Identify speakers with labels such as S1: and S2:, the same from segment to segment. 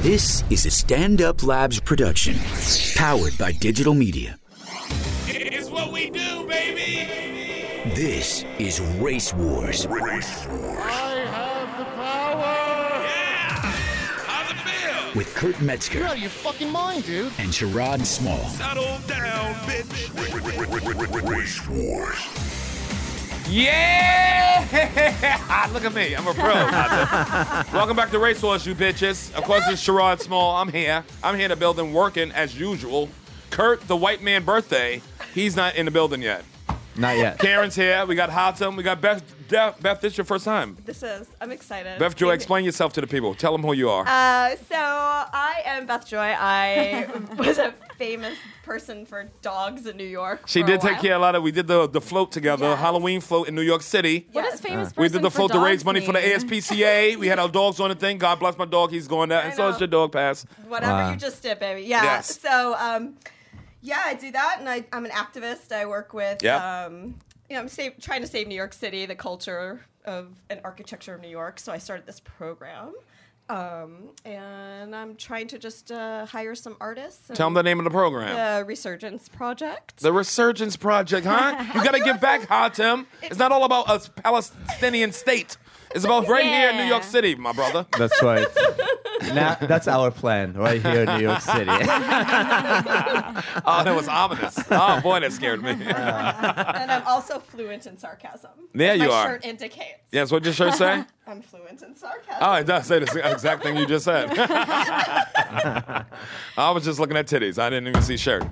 S1: This is a Stand Up Labs production, powered by digital media.
S2: It's what we do, baby.
S1: This is Race Wars
S2: How's it feel?
S1: with Kurt Metzger
S3: out of your fucking mind, dude.
S1: and Sherrod Small.
S2: Settle down, bitch.
S4: Yeah! Ah, Look at me. I'm a pro. out there. Welcome back to Race Wars, you bitches. Of course, it's Sherrod Small. I'm here. I'm here in the building working as usual. Kurt, the white man birthday, he's not in the building yet.
S5: Not yet.
S4: Karen's here. We got Hotham. We got Beth. Def, Beth, this is your first time.
S6: This is. I'm excited.
S4: Beth Joy, explain yourself to the people. Tell them who you are.
S6: Uh, so I am Beth Joy. I was a famous person for dogs in New York.
S4: she
S6: for a
S4: did take
S6: while.
S4: care of a lot of. We did the, the float together,
S6: Yes.
S4: Halloween float in New York City.
S7: What is famous person
S4: We did the
S7: for
S4: float to raise
S7: dogs
S4: money for the
S7: mean?
S4: ASPCA. we had our dogs on the thing. God bless my dog. He's going there. And so
S6: know.
S4: is your dog pass.
S6: Whatever you just did, baby. Yeah.
S4: uh, Yes.
S6: So um, yeah, I do that, and I, I'm an activist. I work with
S4: Yep.
S6: um, you know, I'm save, trying to save New York City, the culture of and architecture of New York. So I started this program. Um, and I'm trying to just uh, hire some artists.
S4: Tell them the name of the program.
S6: the Resurgence Project.
S4: The Resurgence Project, huh? You gotta give back, Hatem. It's not all about a Palestinian state. It's about right here in New York
S7: Yeah.
S4: City, my brother.
S5: That's right. now that's our plan right here in New York City.
S4: Oh, that was ominous. Oh boy, that scared me.
S6: and I'm also fluent in sarcasm.
S4: There
S6: as
S4: you
S6: my
S4: are.
S6: shirt indicates.
S4: yes, what did your shirt say?
S6: I'm fluent in sarcasm.
S4: Oh, it does say the exact thing you just said. I was just looking at titties. I didn't even see shirt.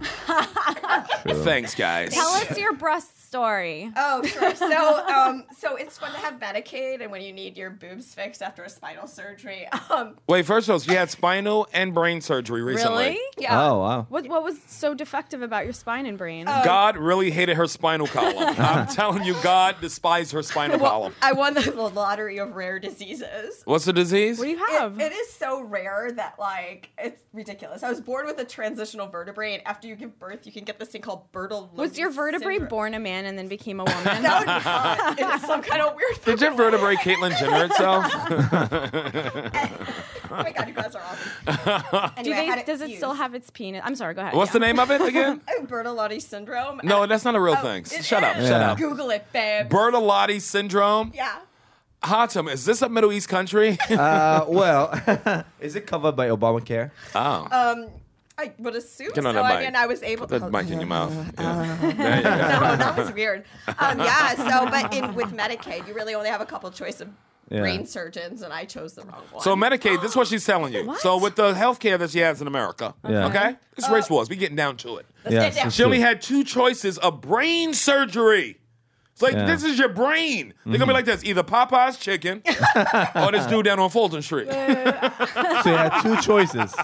S4: Thanks, guys.
S7: Tell us your breast story.
S6: Oh, sure. So, um, so it's fun to have Medicaid, and when you need your boobs fixed after a spinal surgery, um,
S4: Wait, first of all, she had spinal and brain surgery recently.
S7: Really?
S6: yeah.
S5: Oh wow.
S7: What What was so defective about your spine and brain?
S6: Oh,
S4: God really hated her spinal column. I'm telling you, God despised her spinal column.
S6: I won the lottery of rare diseases.
S4: What's the disease?
S7: what do you
S6: It,
S7: have?
S6: it is so rare that like it's ridiculous. I was born with a transitional vertebrae, and after you give birth, you can get this thing called Bertel.
S7: was your vertebrae born a man and then became a woman?
S6: That would be fun. Oh, It is some kind of weird.
S4: Did your vertebrae, Caitlyn, Jenner itself?
S6: oh my god, you guys are awesome.
S7: Do
S6: Anyway, I
S7: they,
S6: had
S7: does it still
S6: used.
S7: have its penis? I'm sorry. Go ahead.
S4: What's the name of it again?
S6: Oh, Bertolotti syndrome.
S4: No,
S6: Uh,
S4: that's not a real
S6: oh,
S4: thing.
S6: it
S4: Shut up,
S6: is.
S4: shut
S5: Yeah.
S4: up.
S6: Google it, babe.
S4: Bertolotti syndrome.
S6: yeah.
S4: Hatem, is this a Middle East country?
S5: Uh, well, is it covered by Obamacare?
S4: oh.
S7: Uh,
S6: I would assume
S4: Get on
S6: so.
S4: that
S6: I
S4: mic.
S6: mean, I was able
S4: Put
S6: to.
S4: that mic in your mouth. Yeah.
S6: no, that was weird. Um, yeah. So, but in, with Medicaid, you really only have a couple choice of
S5: Yeah.
S6: brain surgeons, and I chose the wrong one.
S4: So Medicaid, this is what she's telling you. So with the health care that she has in America,
S5: Yeah. Uh,
S4: okay? It's race wars. We getting down to it.
S6: Let's
S5: Yeah,
S6: get down.
S5: it's
S4: She only had two choices of brain surgery. It's like
S5: Yeah. Mm-hmm.
S4: this is your brain. They're gonna be like this: either Popeye's chicken or this dude down on Fulton Street.
S5: So you had two choices.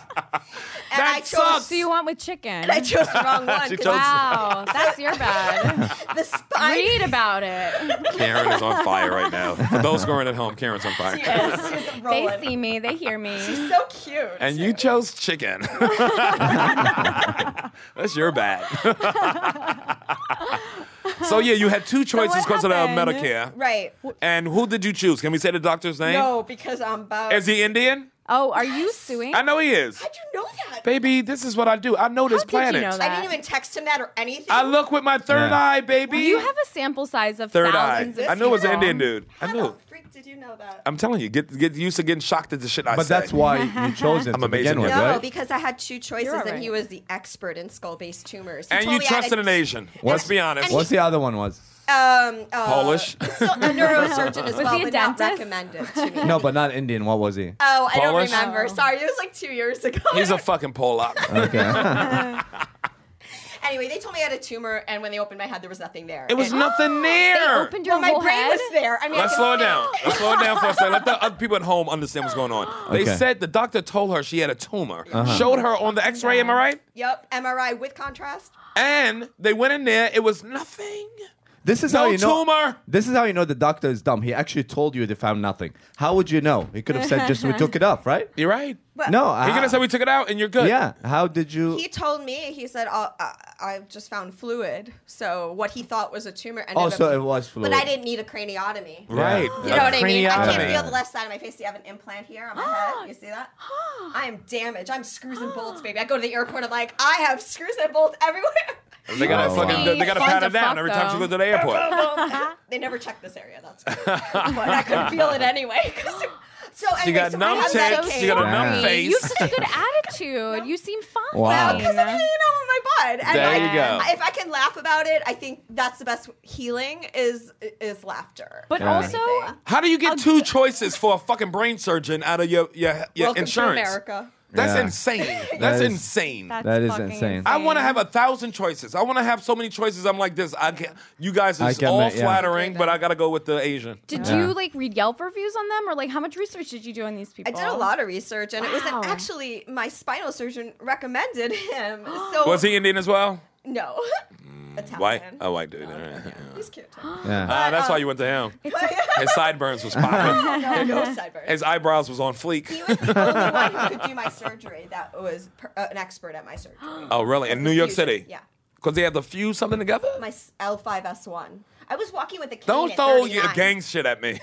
S6: and
S4: that
S6: I chose.
S4: sucks.
S7: So you want with chicken?
S6: I chose the wrong one.
S4: She
S6: 'cause
S4: chose-
S7: wow, that's your bad.
S6: the spine.
S7: Read about it.
S4: Karen is on fire right now. For those going at home, Karen's on fire.
S6: Yes, she's
S7: They
S6: rolling.
S7: see me. They hear me.
S6: So cute.
S4: And you chose chicken. That's your bad. so yeah, you had two choices
S7: what
S4: because of the
S7: happened?
S4: Medicare.
S6: right?
S4: And who did you choose? Can we say the doctor's name?
S6: No, because I'm about.
S4: Is he Indian?
S7: Oh, are you suing?
S4: I know he is.
S6: How'd you know that?
S4: Baby, this is what I do. I know this
S7: did you
S4: planet.
S7: know that?
S6: I didn't even text him that or anything.
S4: I look with my third
S5: Yeah.
S4: eye, baby.
S7: You have a sample size of
S4: third eye.
S7: thousands of
S4: I knew it was an
S7: people.
S4: Indian dude. I
S6: How
S4: knew.
S6: the freak did you know that?
S4: I'm telling you, get get used to getting shocked at the shit I
S5: But
S4: say.
S5: that's why you chose it
S4: I'm
S5: to
S4: amazing
S5: begin with,
S4: at
S6: No,
S5: right?
S6: because I had two choices,
S7: You're all
S6: and he
S7: right.
S6: was the expert in skull-based tumors. He
S4: And
S6: told
S4: you
S6: me I had
S4: trusted
S6: a-
S4: an Asian. Let's be honest.
S5: What's the other one was?
S6: Um, uh,
S4: Polish?
S6: still a neurosurgeon as
S7: Was
S6: well,
S7: he a
S6: but not
S7: dentist?
S6: recommended to me.
S5: No, but not Indian. What was he?
S6: Oh, I don't
S4: Polish?
S6: remember.
S7: Oh.
S6: Sorry, it was like two years ago.
S4: He's a fucking Polak.
S5: Okay.
S6: anyway, they told me I had a tumor, and when they opened my head, there was nothing there.
S4: It was
S6: And-
S4: nothing
S7: They
S4: there.
S7: opened your
S6: Well, my
S7: whole
S6: brain
S7: head.
S6: was there. I mean, I
S4: Let's
S6: can-
S4: slow it down. Let's slow it down for a second. Let the other people at home understand what's going on. They
S5: Okay. Uh-huh.
S4: said the doctor told her she had a tumor, showed her on the x ray, am I right?
S6: Yep, MRI with contrast.
S4: And they went in there, it was nothing.
S5: This is
S4: No
S5: how you know.
S4: tumor!
S5: This is how you know the doctor is dumb. He actually told you they found nothing. How would you know? He could have said just we took it off, right?
S4: You're right.
S5: No,
S4: You're
S5: I-
S4: gonna say we took it out and you're good.
S5: Ah. Yeah. How did you?
S6: He told me, he said, oh, I, I just found fluid. So what he thought was a tumor ended
S5: Oh,
S6: up-
S5: so it was
S6: But I
S5: fluid.
S6: didn't need a craniotomy.
S4: Right.
S6: You know what I mean? I
S5: Craniotomy.
S6: can't feel the left side of my face. You have an implant here on my head. You see that? I am damaged. I'm screws and bolts, baby. I go to the airport. I'm like, I have screws and bolts everywhere.
S4: They gotta
S5: Oh,
S4: fucking
S7: wow.
S4: they gotta
S7: Fun
S4: pat
S7: to
S4: her down
S7: fuck,
S4: every time she
S7: though.
S4: goes to the airport.
S6: Oh, they never check this area. That's but I could feel it anyway. 'cause- so
S4: She
S6: anyway,
S4: got
S6: so
S4: numb
S6: I have
S7: I'm
S4: tits,
S6: Medicaid.
S4: she got a
S5: Yeah.
S4: numb
S5: Yeah.
S4: face.
S7: You have such a good attitude. You seem fine.
S5: Wow.
S6: because I'm Uh, hanging out with my bud. And
S4: There
S6: like, uh,
S4: you go.
S6: If I can laugh about it, I think that's the best healing is is laughter.
S7: But
S5: Yeah.
S7: also,
S4: How do you get two choices for a fucking brain surgeon out of your your, your
S6: welcome
S4: insurance?
S6: to America.
S4: That's
S5: Yeah.
S4: insane.
S5: That
S4: That's
S5: is-
S4: insane.
S7: that's
S5: That is
S7: fucking
S5: insane.
S4: I want to have a thousand choices. I want to have so many choices. I'm like this. I can You guys
S5: I
S4: is
S5: can
S4: all
S5: make- yeah.
S4: flattering, but I gotta go with the Asian.
S7: Did
S5: Yeah.
S7: you like read Yelp reviews on them, or like how much research did you do on these
S6: I
S7: people?
S6: did a lot of research, and it was
S7: Oh. Wow.
S6: an, actually my spinal surgeon recommended him. So
S4: Was he Indian as well?
S6: no
S7: Mm,
S6: Italian?
S4: White. Oh, white dude. All right.
S6: He's cute. too.
S5: yeah.
S4: Ah,
S6: um,
S4: that's why you went to him. His sideburns was popping.
S6: no, no sideburns.
S4: His eyebrows was on fleek.
S6: he was the only one who could do my surgery that was per, uh, an expert at my surgery.
S4: Oh, really? In New York
S6: Fusion,
S4: City?
S6: Yeah.
S4: Because they had to fuse something together?
S6: My s- L5S1. I was walking with a cane.
S4: Don't
S6: at
S4: throw your
S6: 39.
S4: gang shit at me.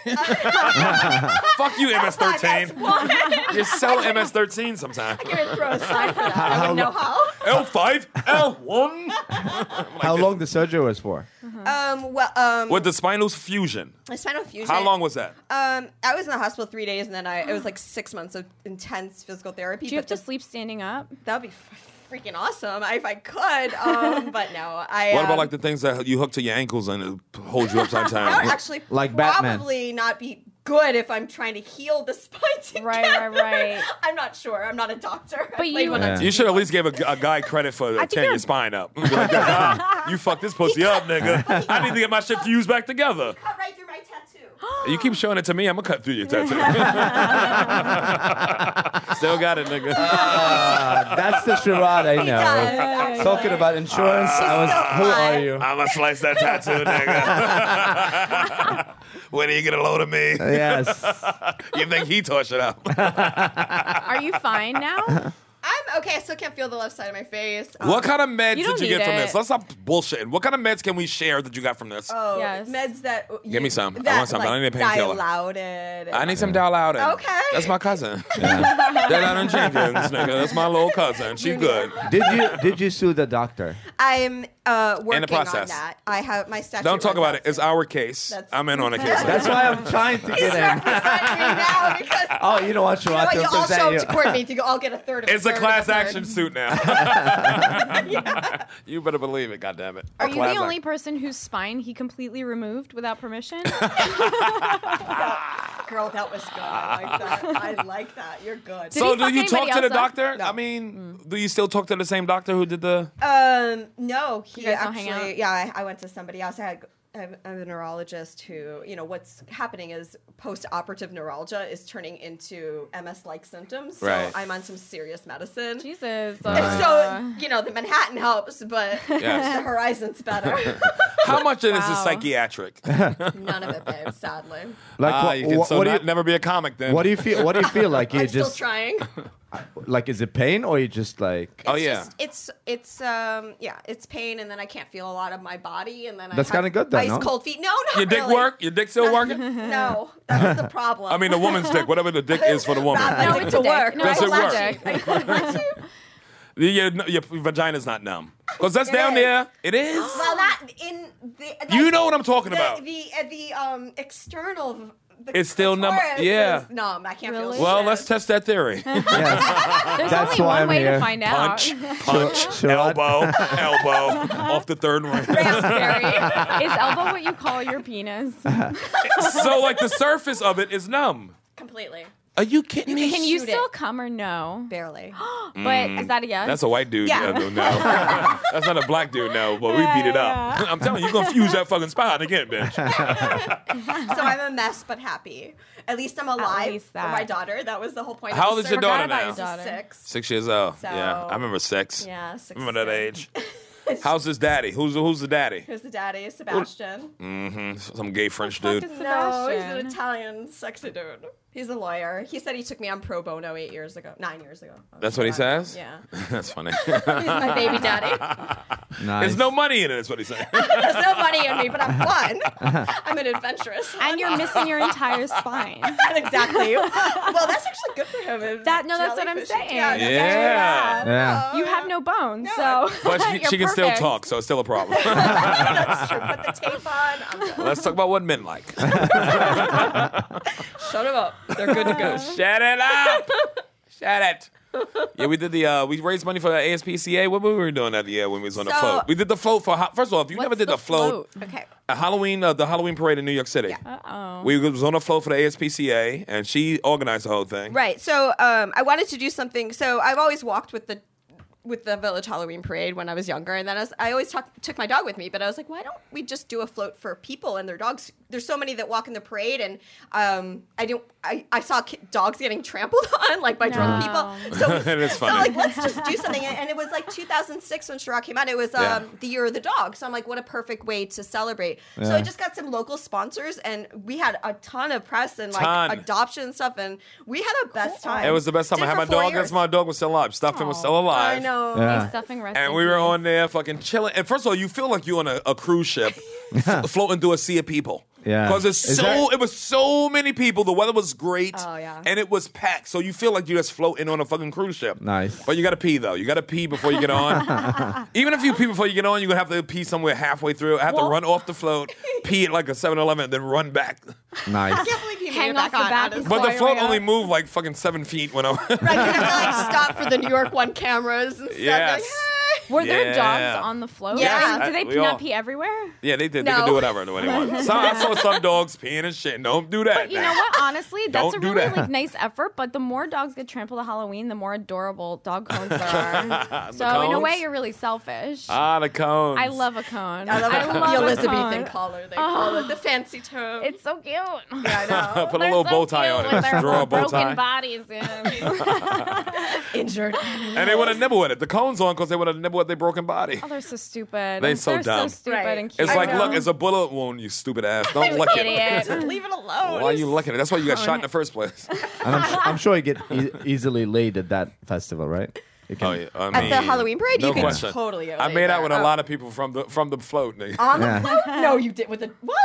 S4: Fuck you, MS-13.
S6: L5S1.
S4: You're so MS-13 sometimes.
S6: I'm going to throw a sign for that. I don't know how.
S4: L5, L1.
S5: How long the surgery was for?
S6: Um, well, um,
S4: With the spinal fusion.
S6: the spinal fusion.
S4: How long was that?
S6: Um, I was in the hospital three days, and then I it was like six months of intense physical therapy.
S7: Do you have
S6: but
S7: to
S6: the-
S7: sleep standing up?
S6: That would be f- freaking awesome if I could. Um, but no, I.
S4: What
S6: um,
S4: about like the things that you hook to your ankles and it holds you upside
S6: That
S4: down?
S6: would actually
S5: Like Batman.
S6: probably not be good if I'm trying to heal the spine. Together.
S7: Right, right, right.
S6: I'm not sure. I'm not a doctor. I
S7: But
S6: played
S7: you-
S6: when I was
S5: Yeah.
S4: You should at least give a, a guy credit for
S7: think
S4: tearing your
S7: you're-
S4: spine up. Like, "Ah, you fucked this pussy up, nigga. I need to get my shit fused back together.
S6: cut Oh, right through my tattoo.
S4: You keep showing it to me, I'm gonna cut through your tattoo. Still got it, nigga.
S5: Uh, that's the charade I
S6: He does,
S5: know.
S6: actually.
S5: Talking about insurance, I was.
S6: so
S5: Who
S6: hot.
S5: are you?
S4: I'm gonna slice that tattoo, nigga. when are you gonna load of me?
S5: Yes.
S4: You think he tore shit up?
S7: Are you fine now?
S6: I'm okay. I still can't feel the left side of my face. Um,
S4: What kind of meds
S7: You
S4: did
S7: don't
S4: you get
S7: need
S4: from
S7: it.
S4: this? Let's stop bullshitting. What kind of meds can we share that you got from this?
S6: oh,
S7: Yes.
S6: meds that you,
S4: Give me some. I
S6: That,
S4: want some, but I need a
S6: like,
S4: painkiller.
S6: Dilaudid.
S4: I need some Dilaudid.
S6: Okay.
S4: That's my cousin. Dilaudid Jenkins, nigga. That's my little cousin. She good.
S5: Did you did you sue the doctor?
S6: I'm uh, working on
S4: process.
S6: that. I have my statute.
S4: Don't talk
S6: runs
S4: about it.
S6: out
S4: It's
S6: soon.
S4: our case.
S6: That's-
S4: I'm in on a case.
S5: That's why I'm trying to
S6: He's
S5: get in.
S6: representing me now because.
S5: Oh, you don't want
S6: You know
S5: charade
S6: what?
S5: to
S6: You all show
S5: represent
S6: up
S5: you.
S6: to court meetings. You all get a third of
S4: It's a
S6: third of
S4: class
S6: third.
S4: action suit now. You better believe it, goddammit.
S7: Are you
S4: Class
S7: the only
S4: act-
S7: person whose spine he completely removed without permission?
S6: Girl, that was good. I like that. I like that. You're good.
S7: Did
S4: So
S7: he
S4: do
S7: fuck
S4: you talk to
S7: anybody
S4: the
S7: else up? Mm.
S4: doctor? I mean, do you still talk to the same doctor who did the
S7: Oh.
S6: Um, no, he
S7: guys don't hang
S6: actually,
S7: out?
S6: yeah, I, I went to somebody else. I had I'm, I'm a neurologist who, you know, what's happening is post-operative neuralgia is turning into MS-like symptoms. So
S4: Right.
S6: I'm on some serious medicine.
S7: Jesus.
S6: And
S7: uh,
S6: so, you know, the Manhattan helps, but
S4: Yes.
S6: the horizon's better.
S4: How much of this is
S7: Wow.
S4: psychiatric?
S6: None of it, babe, sadly.
S5: Like,
S4: Ah,
S5: what,
S4: you can
S5: what-
S4: so
S5: what do
S4: not-
S5: you
S4: never be a comic then.
S5: what do you feel? What do you feel like? You
S6: I'm still
S5: just
S6: trying.
S5: like is it pain or you just like?
S4: Oh
S6: It's
S4: yeah.
S6: just- it's it's um yeah, it's pain, and then I can't feel a lot of my body, and then I
S5: That's
S6: have
S5: kinda good then,
S6: Ice
S5: no?
S6: cold feet. No, no.
S4: Your dick
S6: really.
S4: work? Your dick still working?
S6: No, that's the problem.
S4: I mean, the woman's dick, whatever the dick is for the woman.
S6: Rob, my
S7: No,
S6: dick
S7: it's
S6: will
S7: a dick.
S6: work.
S7: No,
S4: Does
S7: it's
S4: it
S7: a
S4: work?
S7: dick.
S4: Your, your vagina's not numb. Because that's
S6: It
S4: down
S6: is.
S4: there. It is.
S6: Well, not in the. like,
S4: You know what I'm talking
S6: the,
S4: about.
S6: The uh, the um external. The
S4: It's still numb-
S6: clitoris
S4: yeah.
S6: is numb. I can't
S7: Really?
S6: feel.
S4: Well,
S6: shit.
S4: let's test that theory.
S5: Yes.
S7: There's
S5: That's
S7: only
S5: why
S7: one
S5: I'm
S7: way
S5: here.
S7: to find
S4: Punch,
S7: out.
S4: punch,
S5: Sure.
S4: elbow, elbow, off the third ring.
S7: That's scary. Is elbow what you call your penis?
S4: so, like, the surface of it is numb.
S6: completely.
S4: Are you kidding me?
S7: Can you
S6: Shoot
S7: still
S6: it.
S7: come or no?
S6: Barely.
S7: But is that a yes?
S4: Mm, That's a white dude.
S6: Yeah.
S4: uh, no, no. that's not a black dude. No, but we beat it up. I'm telling you, you're gonna fuse that fucking spine again, bitch.
S6: so I'm a mess, but happy. At least I'm alive
S7: least
S6: for
S7: that.
S6: my daughter. That was the whole point.
S4: How
S6: of
S4: old
S6: the
S4: is your
S6: surgery.
S4: daughter now?
S6: She's
S7: Daughter.
S6: six.
S4: Six years old.
S6: So-
S4: yeah, I remember six.
S6: Yeah, six.
S4: Remember that age. How's his daddy? Who's who's the daddy?
S6: Here's the daddy, Sebastian.
S4: Mm. Some gay French
S7: Fuck
S4: dude.
S7: is
S6: No, he's
S7: Sebastian?
S6: an Italian sexy dude. He's a lawyer. He said he took me on pro bono eight years ago, nine years ago.
S4: That's what he says.
S6: Yeah.
S4: That's funny.
S6: He's my baby daddy.
S5: Nice.
S4: There's no money in it. That's what he said.
S6: There's no money in me, but I'm fun. I'm an adventurous.
S7: and you're missing your entire spine.
S6: exactly. Well, that's actually good for him.
S7: That- no, that's what I'm
S6: Jellyfish.
S7: saying.
S6: Yeah. that's
S4: Yeah.
S6: actually bad.
S5: Yeah.
S7: You have no bones,
S6: No.
S7: so
S4: But she,
S7: you're
S4: she can still
S7: perfect.
S4: talk, so it's still a problem.
S6: That's true. Put the tape on. I'm done.
S4: Let's talk about what men like.
S6: Shut him up. They're good to go.
S4: Shut it up. Shut it. Yeah, we did the uh, we raised money for the ASPCA. What were we doing that year when we was on the
S6: So-
S4: float? We did the float for ho- first of all, if you never
S7: What's
S4: did the,
S7: the
S4: float,
S7: float?
S6: Okay.
S4: a Halloween uh, the Halloween parade in New York City.
S7: Oh.
S4: We was on the float for the ASPCA, and she organized the whole thing.
S6: Right. So um, I wanted to do something. So I've always walked with the with the village Halloween parade when I was younger, and then I, was, I always talk, took my dog with me. But I was like, why don't we just do a float for people and their dogs? There's so many that walk in the parade, and um, I don't. I, I saw ki- dogs getting trampled on like by drunk
S7: No.
S6: people. So
S4: That is
S6: so
S4: funny.
S6: like let's just do something. And and it was like 2006 when Chirac came out. It was um,
S4: Yeah.
S6: the year of the dog. So I'm like, what a perfect way to celebrate. So I just got some local sponsors, and we had a ton of press and like
S4: Ton.
S6: a adoption and stuff, and we had a best time.
S4: It was the best time
S6: Did
S4: I had
S6: for
S4: my
S6: four
S4: dog.
S6: years.
S4: That's my dog was still alive. Stuffing was
S7: Aw.
S4: still alive.
S6: I know.
S5: Yeah.
S7: stuffing rest
S4: And
S7: in
S4: we were
S7: peace.
S4: on there fucking chilling. And first of all, you feel like you're on a, a cruise ship f- floating through a sea of people.
S5: Yeah.
S4: Because it's
S5: Is
S4: so
S5: that-
S4: it was so many people. The weather was great.
S6: Oh, yeah.
S4: And it was packed. So you feel like you're just floating on a fucking cruise ship.
S5: Nice.
S4: But you gotta pee though. You gotta pee before you get on. Even if you pee before you get on, you're gonna have to pee somewhere halfway through. Have to
S7: Well-
S4: run off the float, pee at like a 7 Eleven, then run back.
S5: nice.
S6: I can't believe you made
S7: Hang
S6: it back
S7: off the
S6: on.
S7: back
S6: honestly.
S4: But the
S7: Sorry,
S4: float
S7: Maria.
S4: only moved like fucking seven feet when I
S6: Right, you have to like stop for the New York One cameras and stuff.
S4: Yes.
S6: Like, hey.
S7: Were there
S4: Yeah.
S7: dogs on the float?
S6: Yeah.
S7: I mean,
S4: Yes,
S7: do they
S4: we
S7: pee
S4: all-
S7: not pee everywhere?
S4: Yeah, they did. They could
S6: No.
S4: do whatever the way they want. Some, I saw some dogs peeing and shit. Don't do that.
S7: But you
S4: now.
S7: know what? Honestly, that's
S4: Don't
S7: a
S4: do
S7: really
S4: that.
S7: like nice effort. But the more dogs get trampled at Halloween, the more adorable dog cones there are. so in a
S4: cones?
S7: way, you're really selfish.
S4: Ah, the cones.
S7: I love a cone.
S6: I love,
S7: a
S6: the Elizabethan
S7: cone.
S6: collar. They call it the fancy term.
S7: It's so cute.
S6: I know.
S4: Put a little bow tie on it. Just Draw a bow tie.
S7: Broken bodies. Yeah.
S6: Injured. animals.
S4: And they would have nibbled at it. The cones on because they would have nibbled at their broken body.
S7: oh, they're so stupid.
S4: They so
S7: They're
S4: dumb.
S7: so stupid
S6: Right.
S7: and cute.
S4: It's
S6: I
S4: like,
S6: know.
S4: look, it's a bullet wound, you stupid ass. Don't lick it.
S7: Idiot.
S6: Just leave it alone.
S4: Why are you licking it? That's why you got
S6: Oh,
S4: shot in the first place.
S5: And I'm, su- I'm sure you get e- easily laid at that festival, right? You can-
S4: Oh, yeah. I
S6: At
S4: mean,
S6: the Halloween parade,
S4: no
S6: you can
S4: question.
S6: totally get
S4: I
S6: laid
S4: made out
S6: there.
S4: with
S6: Oh.
S4: a lot of people from the from the float, nigga.
S6: on the
S5: Yeah.
S6: float? No, you did with a what?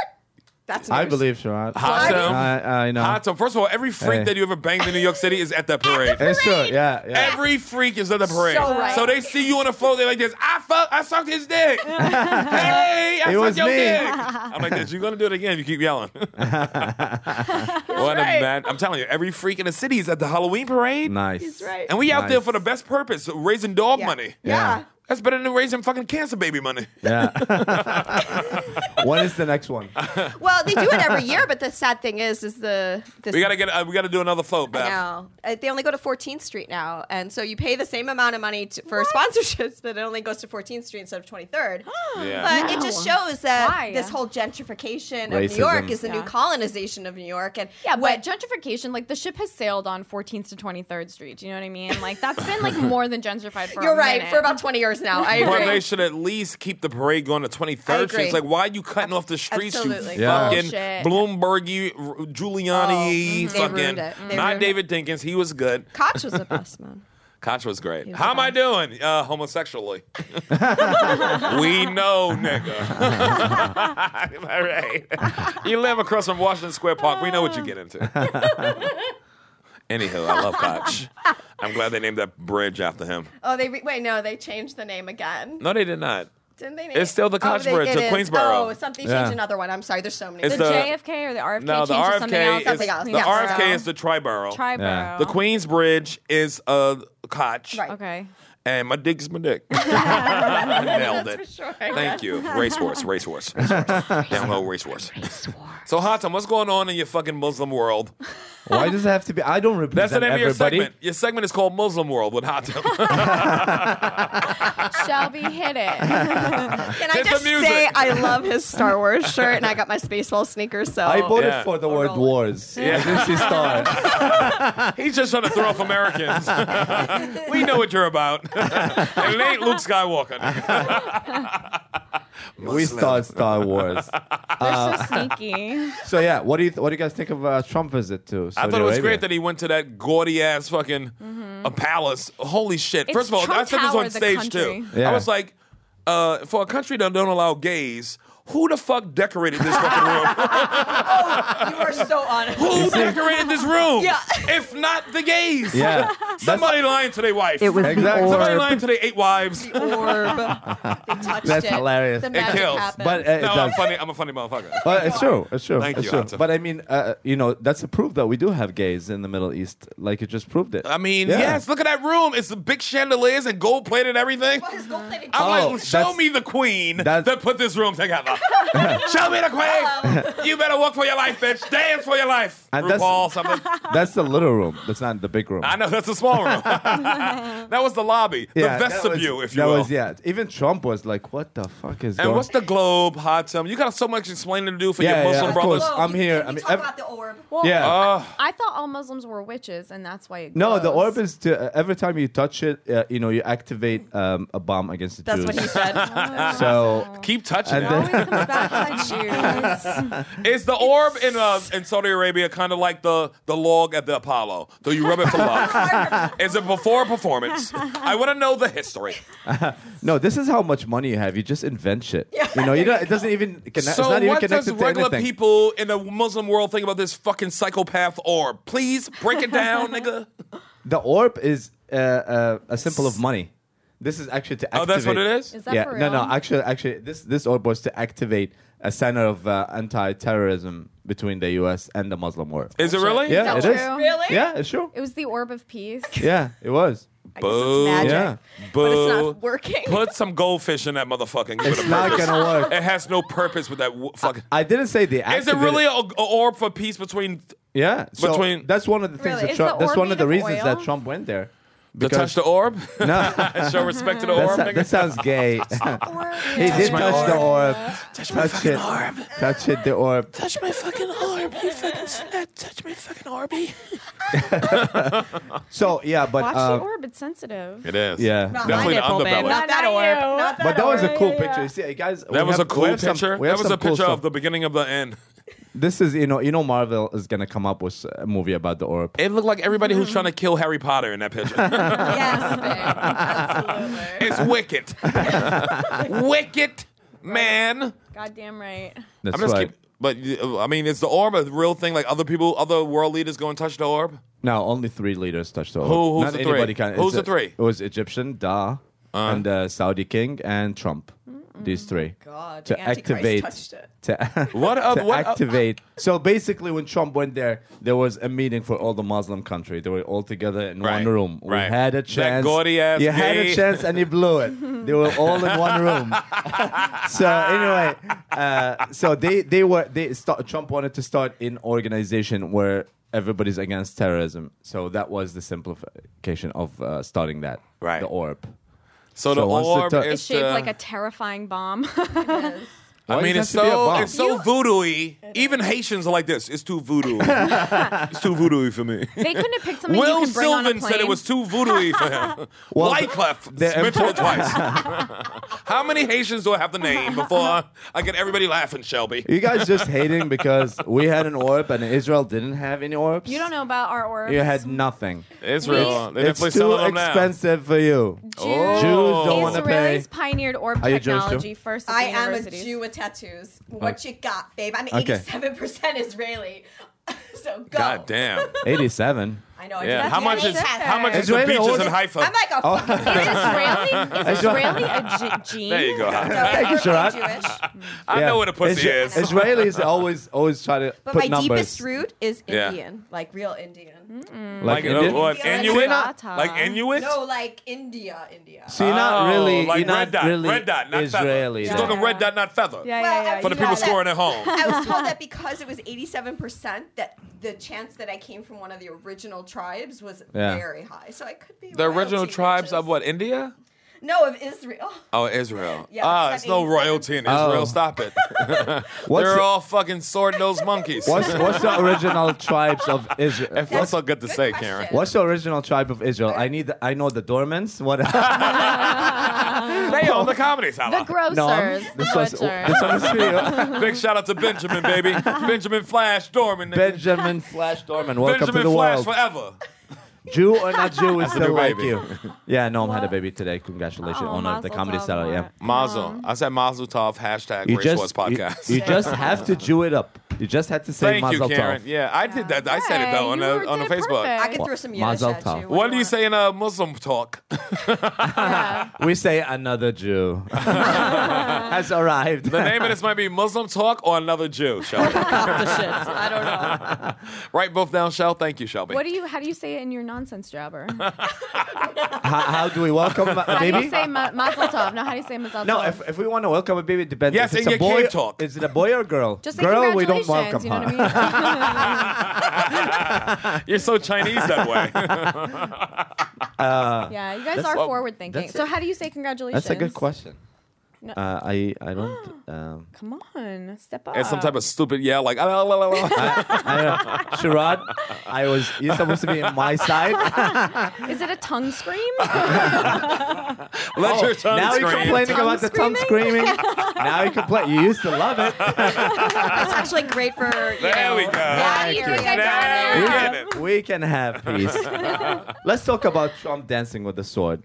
S6: That's
S5: I
S6: news.
S5: believe so. I,
S4: Hot tub.
S5: I, I know.
S4: Hot tub. First of all, every freak
S5: Hey.
S4: that you ever banged in New York City is at that parade.
S5: It's true. Yeah, yeah.
S4: Every freak is at the parade.
S6: So right.
S4: they see you on the floor, they're like this, I fuck, I sucked his dick. hey, I
S5: It
S4: sucked
S5: was
S4: your
S5: me.
S4: dick. I'm like this, you're gonna do it again if you keep yelling. what a
S6: right.
S4: man. I'm telling you, every freak in the city is at the Halloween parade.
S5: nice.
S6: He's right.
S4: And we out there
S5: Nice.
S4: for the best purpose, raising dog
S6: yeah.
S4: money.
S6: Yeah.
S5: Yeah.
S4: That's better than raising fucking cancer baby money.
S5: Yeah. when is the next one?
S6: Well, they do it every year, but the sad thing is, is the this
S4: We gotta get uh, we gotta do another float, Beth.
S6: now uh, they only go to 14th Street now, and so you pay the same amount of money to, for sponsorships, but it only goes to 14th Street instead of 23rd.
S4: Yeah.
S6: But it just
S7: No.
S6: shows that
S7: Why?
S6: this whole gentrification of
S5: Racism.
S6: New York is the new
S7: Yeah.
S6: colonization of New York, and
S7: Yeah, but
S6: what-
S7: gentrification, like the ship has sailed on 14th to 23rd Street. Do you know what I mean? Like that's been like more than gentrified for. a
S6: you're right
S7: minute.
S6: for about 20 years now. I
S4: Well, they
S6: agree.
S4: should at least keep the parade going to 23rd Street. It's
S6: agree.
S4: like, why are you cutting off the streets,
S6: absolutely. Oh,
S4: you
S5: Yeah.
S4: fucking
S7: Bullshit.
S4: Bloomberg, Giuliani,
S6: mm-hmm. They
S4: fucking.
S6: ruined it. They
S4: not
S6: ruined
S4: David Dinkins. He was good.
S6: Koch was the best man.
S4: Koch was great.
S6: was
S4: How am
S6: the
S4: I doing? Uh, homosexually. we know, nigga. Am I right? You live across from Washington Square Park. We know what you get into. Anywho, I love Koch. I'm glad they named that bridge after him.
S6: Oh, they re- wait, no, they changed the name again.
S4: No, they did not.
S6: Didn't they? Name Oh,
S4: It's still the Koch
S6: they-
S4: Bridge
S6: it
S4: of
S6: is.
S4: Queensborough.
S6: Oh, something
S5: Yeah.
S6: changed another one. I'm sorry. There's so many.
S4: It's
S7: the,
S4: the-
S7: JFK or the RFK
S4: No, the
S7: changes something else.
S4: RFK
S7: That's
S4: is
S6: Something else.
S4: the
S6: Yeah.
S4: RFK is the tri-borough.
S7: Triborough.
S5: Yeah.
S4: the Queens Bridge is a Koch,
S6: Right.
S7: Okay.
S4: and my dick is my dick. Nailed
S6: That's
S4: it.
S6: for sure.
S4: Thank you. Race horse, race horse. race horse. Download race horse. So Hatam, what's going on in your fucking Muslim world?
S5: Why does it have to be? I don't represent
S4: That's the name of your
S5: everybody.
S4: segment. Your segment is called Muslim World with Hatam.
S7: Shelby hit it.
S6: Can I
S4: Hit the
S6: just
S4: music.
S6: say I love his Star Wars shirt and I got my Spaceball sneakers, so
S5: I bought
S4: Oh, Yeah.
S5: it for the word
S6: Roll it.
S5: wars. Yeah. I didn't see star.
S4: He's just trying to throw off Americans. we know what you're about. and it ain't Luke Skywalker. nigga.
S5: we saw Star Wars.
S7: They're so sneaky.
S5: so yeah, what do you th- what do you guys think of uh, Trump visit to?
S4: I thought it was great that he went to that gaudy ass fucking a palace. Holy shit!
S7: It's
S4: First of all,
S7: Trump
S4: I said this
S7: Tower,
S4: on
S7: the
S4: stage
S7: country.
S4: too.
S5: Yeah.
S4: I was like, uh, for a country that don't allow gays, who the fuck decorated this fucking room?
S6: You are so honest.
S4: who decorated this room?
S6: Yeah.
S4: If not the gays.
S5: Yeah, that's,
S4: Somebody lying to their wife.
S3: It was
S5: Exactly.
S3: the
S4: Somebody
S3: orb.
S4: lying to their eight wives.
S6: The orb. They touched
S5: That's
S6: it.
S5: hilarious.
S6: The
S5: It
S6: magic
S4: kills.
S6: happened.
S5: but uh, it
S4: No, I'm
S5: does.
S4: funny. I'm a funny motherfucker.
S5: But it's true. It's true.
S4: Thank
S5: it's
S4: you,
S5: true.
S4: Anton.
S5: But I mean, uh, you know, that's a proof that we do have gays in the Middle East. Like you just proved it.
S4: I mean,
S5: Yeah.
S4: yes. Look at that room. It's the big chandeliers and gold plated everything.
S6: Well, his gold-plated
S4: I'm
S5: Oh,
S4: like, show
S5: that's-
S4: me the queen
S5: that's-
S4: that put this room together. show me the queen. you better work for your life, bitch. Dance for your life.
S5: And that's-
S4: RuPaul, something.
S5: that's the little room. That's not the big room.
S4: I know that's a small room. that was the lobby,
S5: Yeah,
S4: the
S5: that was-
S4: vestibule, if you
S5: that
S4: will.
S5: was yeah. Even Trump was like, "What the fuck is
S4: And
S5: going?"
S4: what's the globe, Hatem? You got so much explaining to do for
S5: Yeah,
S4: your
S5: yeah,
S4: Muslim
S5: of
S4: brothers.
S5: course. I'm
S6: Can
S5: here.
S6: we
S5: I mean,
S6: talk
S5: ev-
S6: about the orb.
S7: Well,
S5: yeah.
S4: Uh,
S7: I thought all Muslims were witches, and that's why it
S5: no, the
S7: glows.
S5: orb is to, uh, every time you touch it, uh, you know, you activate um, a bomb against the
S6: That's
S5: Jews.
S6: what he said.
S7: Oh.
S5: So
S4: keep touching
S5: And
S4: it.
S5: then-
S7: Always comes back on Jews.
S4: Is the orb in uh, in Saudi Arabia kind of like the the log at the Apollo? Do you rub it for luck? is it before a performance? I want to know the history.
S5: no, this is how much money you have. You just invent shit. you know, you don't, it doesn't even. Conne- it's
S4: so
S5: not even
S4: what does
S5: connected to
S4: regular
S5: anything.
S4: people in the Muslim world think about this fucking psychopath orb? Please break it down, nigga.
S5: The orb is uh, uh, a symbol of money. This is actually to activate.
S4: Oh, that's what it is?
S7: Is that
S5: yeah,
S7: for
S5: no, no.
S7: real?
S5: Actually, actually, this this orb was to activate a center of uh, anti-terrorism between the U.S. and the Muslim world.
S4: Is it really?
S5: yeah,
S7: Is
S5: it
S7: that
S5: is.
S7: true?
S6: Really?
S5: Yeah, it's true.
S7: It was the orb of peace.
S5: Yeah, it was.
S6: I guess it's magic.
S5: Yeah.
S6: But it's
S4: Boo.
S6: not working.
S4: Put some goldfish in that motherfucker. and give it
S5: It's
S4: a
S5: not
S4: purpose.
S5: gonna work.
S4: It has no purpose with that w- fucking.
S5: I didn't say the.
S4: is it really a, a orb for peace between
S5: Yeah. So
S4: Between-
S5: that's one of the things
S7: Really?
S5: that
S7: Is
S5: Trump.
S7: the
S5: That's
S7: orb
S5: one of
S7: made
S5: the
S7: of
S5: reasons
S7: oil?
S5: that Trump went there.
S4: to touch the orb?
S5: No,
S4: Show respect to the orb,
S5: that's-
S4: nigga.
S5: that sounds gay.
S7: Orb.
S5: He did
S7: Yeah.
S5: touch the orb. Touch, it. Touch it, the orb.
S8: Touch my fucking orb, you fucking slut. Touch my fucking orby.
S5: So yeah, but
S7: Watch
S5: uh,
S7: the orb; it's sensitive.
S4: it is.
S5: yeah.
S6: Not
S4: Definitely the
S6: my nipple, babe.
S4: underbelly.
S6: Not that
S7: Not
S6: orb.
S7: you.
S6: Not that
S5: But that was a
S7: Yeah,
S5: cool
S7: yeah,
S5: picture.
S7: yeah.
S5: You see, guys.
S4: That was a cool picture. that was a picture
S5: of
S4: of the beginning of the end.
S5: This is you know you know Marvel is gonna come up with a movie about the orb.
S4: It looked like everybody who's trying to kill Harry Potter in that picture.
S6: Yes, babe. Absolutely.
S4: it's wicked. wicked man.
S7: Goddamn right.
S5: That's
S4: I'm just
S5: right.
S4: keep, but uh, I mean, is the orb a real thing? Like other people, other world leaders go and touch the orb?
S5: No, only three leaders touched the orb.
S4: Who- who's
S5: Not
S4: the three?
S5: anybody Can,
S4: Who's
S5: it's
S4: the
S5: a-
S4: three?
S5: It was Egyptian, Da, and uh, Saudi king, and Trump. These three.
S6: God,
S5: to
S6: Oh, the Antichrist
S5: activate
S6: touched it.
S5: to,
S4: What up-
S5: to
S4: what up-
S5: activate. so basically, when Trump went there, there was a meeting for all the Muslim country. They were all together in
S4: Right,
S5: one room. We
S4: right.
S5: had a
S4: That
S5: chance.
S4: gaudy ass
S5: you had
S4: gay-
S5: a chance and you blew it. they were all in one room. so anyway, uh, so they they were they start, Trump wanted to start an organization where everybody's against terrorism. So that was the simplification of uh, starting that.
S4: Right.
S5: The orb.
S4: So, the
S5: So once the
S4: orb
S5: tou-
S4: is
S7: It's shaped
S4: the-
S7: like a terrifying bomb.
S4: I
S5: Why
S4: mean,
S5: does it
S4: it's
S5: have to be a
S4: so
S5: bomb?
S4: it's so voodoo-y. Even Haitians are like this. It's too voodoo. it's too voodoo-y for me.
S7: they couldn't have picked something
S4: Will
S7: you could bring on a
S4: Sylvan
S7: plane.
S4: said it was too voodoo-y for him.
S5: Well,
S4: Wyclef
S5: the- the
S4: mentioned it twice. How many Haitians do I have to name before I get everybody laughing, Shelby?
S5: You guys just hating because we had an orb and Israel didn't have any orbs.
S7: you don't know about our orbs.
S5: You had nothing.
S4: Israel, they
S5: it's
S4: definitely
S5: too
S4: selling them Oh.
S5: expensive for you.
S7: Jews,
S5: Jews don't wanna
S7: Israelis
S5: pay.
S7: pioneered orb
S5: Are you Jewish too?
S7: technology first. At
S6: I
S7: the
S6: am a
S7: universities.
S6: Jew with tattoos. What you got, babe? I'm
S5: Okay.
S6: 87 percent Israeli. so go.
S4: now. God damn.
S5: 87.
S6: I know. I
S4: Yeah.
S6: just-
S4: How much is
S7: it.
S4: how much is the
S5: Israeli
S4: beaches
S5: order-
S4: in Haifa?
S6: I'm like a
S5: Oh.
S6: fucking
S7: Is Israeli, is Israeli a G- gene?
S4: there you go. Haifa.
S5: Thank you, Sharat.
S6: Jewish.
S4: I know what a pussy
S5: Isra-
S4: is.
S5: Israelis always always try to
S6: But
S5: put
S6: my
S5: numbers. Hmm.
S6: deepest root is
S4: Yeah.
S6: Indian, like real Indian.
S4: like
S5: like,
S4: you know,
S5: Indian-
S4: what,
S6: Yeah,
S4: Inuit?
S7: like-
S4: Like Inuit?
S6: No, like India, India.
S5: so you're not
S4: Oh,
S5: really,
S4: like
S5: you're not
S4: red dot,
S5: really
S4: red dot, not
S5: Israeli.
S4: feather.
S5: though.
S4: She's talking red dot, not feather.
S7: Yeah,
S6: Well,
S7: yeah, yeah.
S6: I
S4: For the
S6: was
S4: people
S7: you
S6: told
S7: got it.
S4: scoring at home.
S6: I was told that because it was 87%, that the chance that I came from one of the original tribes was
S5: Yeah.
S6: very high. So I could be
S4: The original
S6: royalty
S4: tribes
S6: bitches.
S4: of what? India?
S6: No, of Israel.
S4: Oh, Israel.
S6: Yeah,
S4: ah,
S6: that
S4: it's no
S6: means-
S4: royalty in Israel.
S5: Oh.
S4: Stop it.
S5: What's
S4: They're
S5: the-
S4: all fucking sword nosed monkeys.
S5: What's, what's the original tribes of Israel?
S4: That's so good to
S6: Good
S4: say,
S6: question.
S4: Karen.
S5: What's the original tribe of Israel? I need. I know the Dormans. What?
S4: They own the comedy
S7: The
S4: salon.
S7: grocers.
S5: this
S7: the
S5: was
S7: butcher.
S5: this one is for you.
S4: Big shout out to Benjamin, baby. Benjamin Flash Dorman. nigga.
S5: Benjamin Flash Dorman. Welcome
S4: Benjamin
S5: to the
S4: Flash
S5: world.
S4: forever.
S5: Jew or not Jew, we
S4: a
S5: still
S4: new
S5: like
S4: baby.
S5: you. Yeah, Noam had a baby today. Congratulations,
S7: Oh,
S5: owner of uh, the
S7: mazel
S5: comedy
S7: tov,
S5: cellar. Yeah.
S7: Mark.
S4: Mazel. I said Mazel Tov. Hashtag Race Wars
S5: you-
S4: podcast.
S5: You, just have to Jew it up. You just had to say
S4: Thank you,
S5: Mazel
S4: Karen.
S5: Tov.
S4: Yeah, I did that. I said it
S7: Hey,
S4: though on
S7: you were-
S4: the on the
S7: did it
S4: Facebook.
S7: perfect.
S6: I could throw some Yiddish
S5: Mazel
S6: at
S5: tov.
S6: you.
S4: What do you
S6: want?
S4: say in a Muslim talk?
S7: Yeah.
S5: We say another Jew has arrived.
S4: The name of this might be Muslim talk or another Jew. Shelby,
S6: I don't know.
S4: write both down, Shell. Thank you, Shelby.
S7: What do you? How do you say it in your nonsense jabber? How
S5: how, how do we welcome a
S7: do
S5: baby?
S7: you say ma- mazel tov? No, how do you say mazel
S5: No,
S7: tov?
S5: if, if we want to welcome a baby, it depends.
S4: Yes,
S5: if it's
S4: in
S5: a
S4: your
S5: boy,
S4: cave talk.
S5: Is it a boy or girl?
S7: just say
S5: girl, we don't
S7: congratulations.
S5: welcome
S7: you know
S5: her.
S7: what I mean?
S4: You're so Chinese that way.
S7: yeah, you guys
S5: That's-
S7: are
S5: oh,
S7: forward thinking.
S5: that's-
S7: So how do you say congratulations?
S5: That's a good question.
S7: No.
S5: Uh, I I don't. Um,
S7: Come on, step up.
S4: it's some type of stupid yell, like. "Ah, la, la, la, la."
S5: I don't know. Sherrod, I was. You're supposed to be on my side.
S7: Is it a tongue scream?
S4: Let your tongue
S5: Oh, now you're
S4: scream.
S5: complaining
S7: Tongue
S5: about the tongue screaming. now you complain. You used to love it.
S6: That's actually great for. You
S4: There
S6: know,
S4: we go.
S7: How do you
S5: Thank
S7: think
S5: you.
S7: I
S4: Now
S7: brought
S4: we
S7: it up?
S4: get it.
S5: We can have peace. Let's talk about Trump dancing with the sword.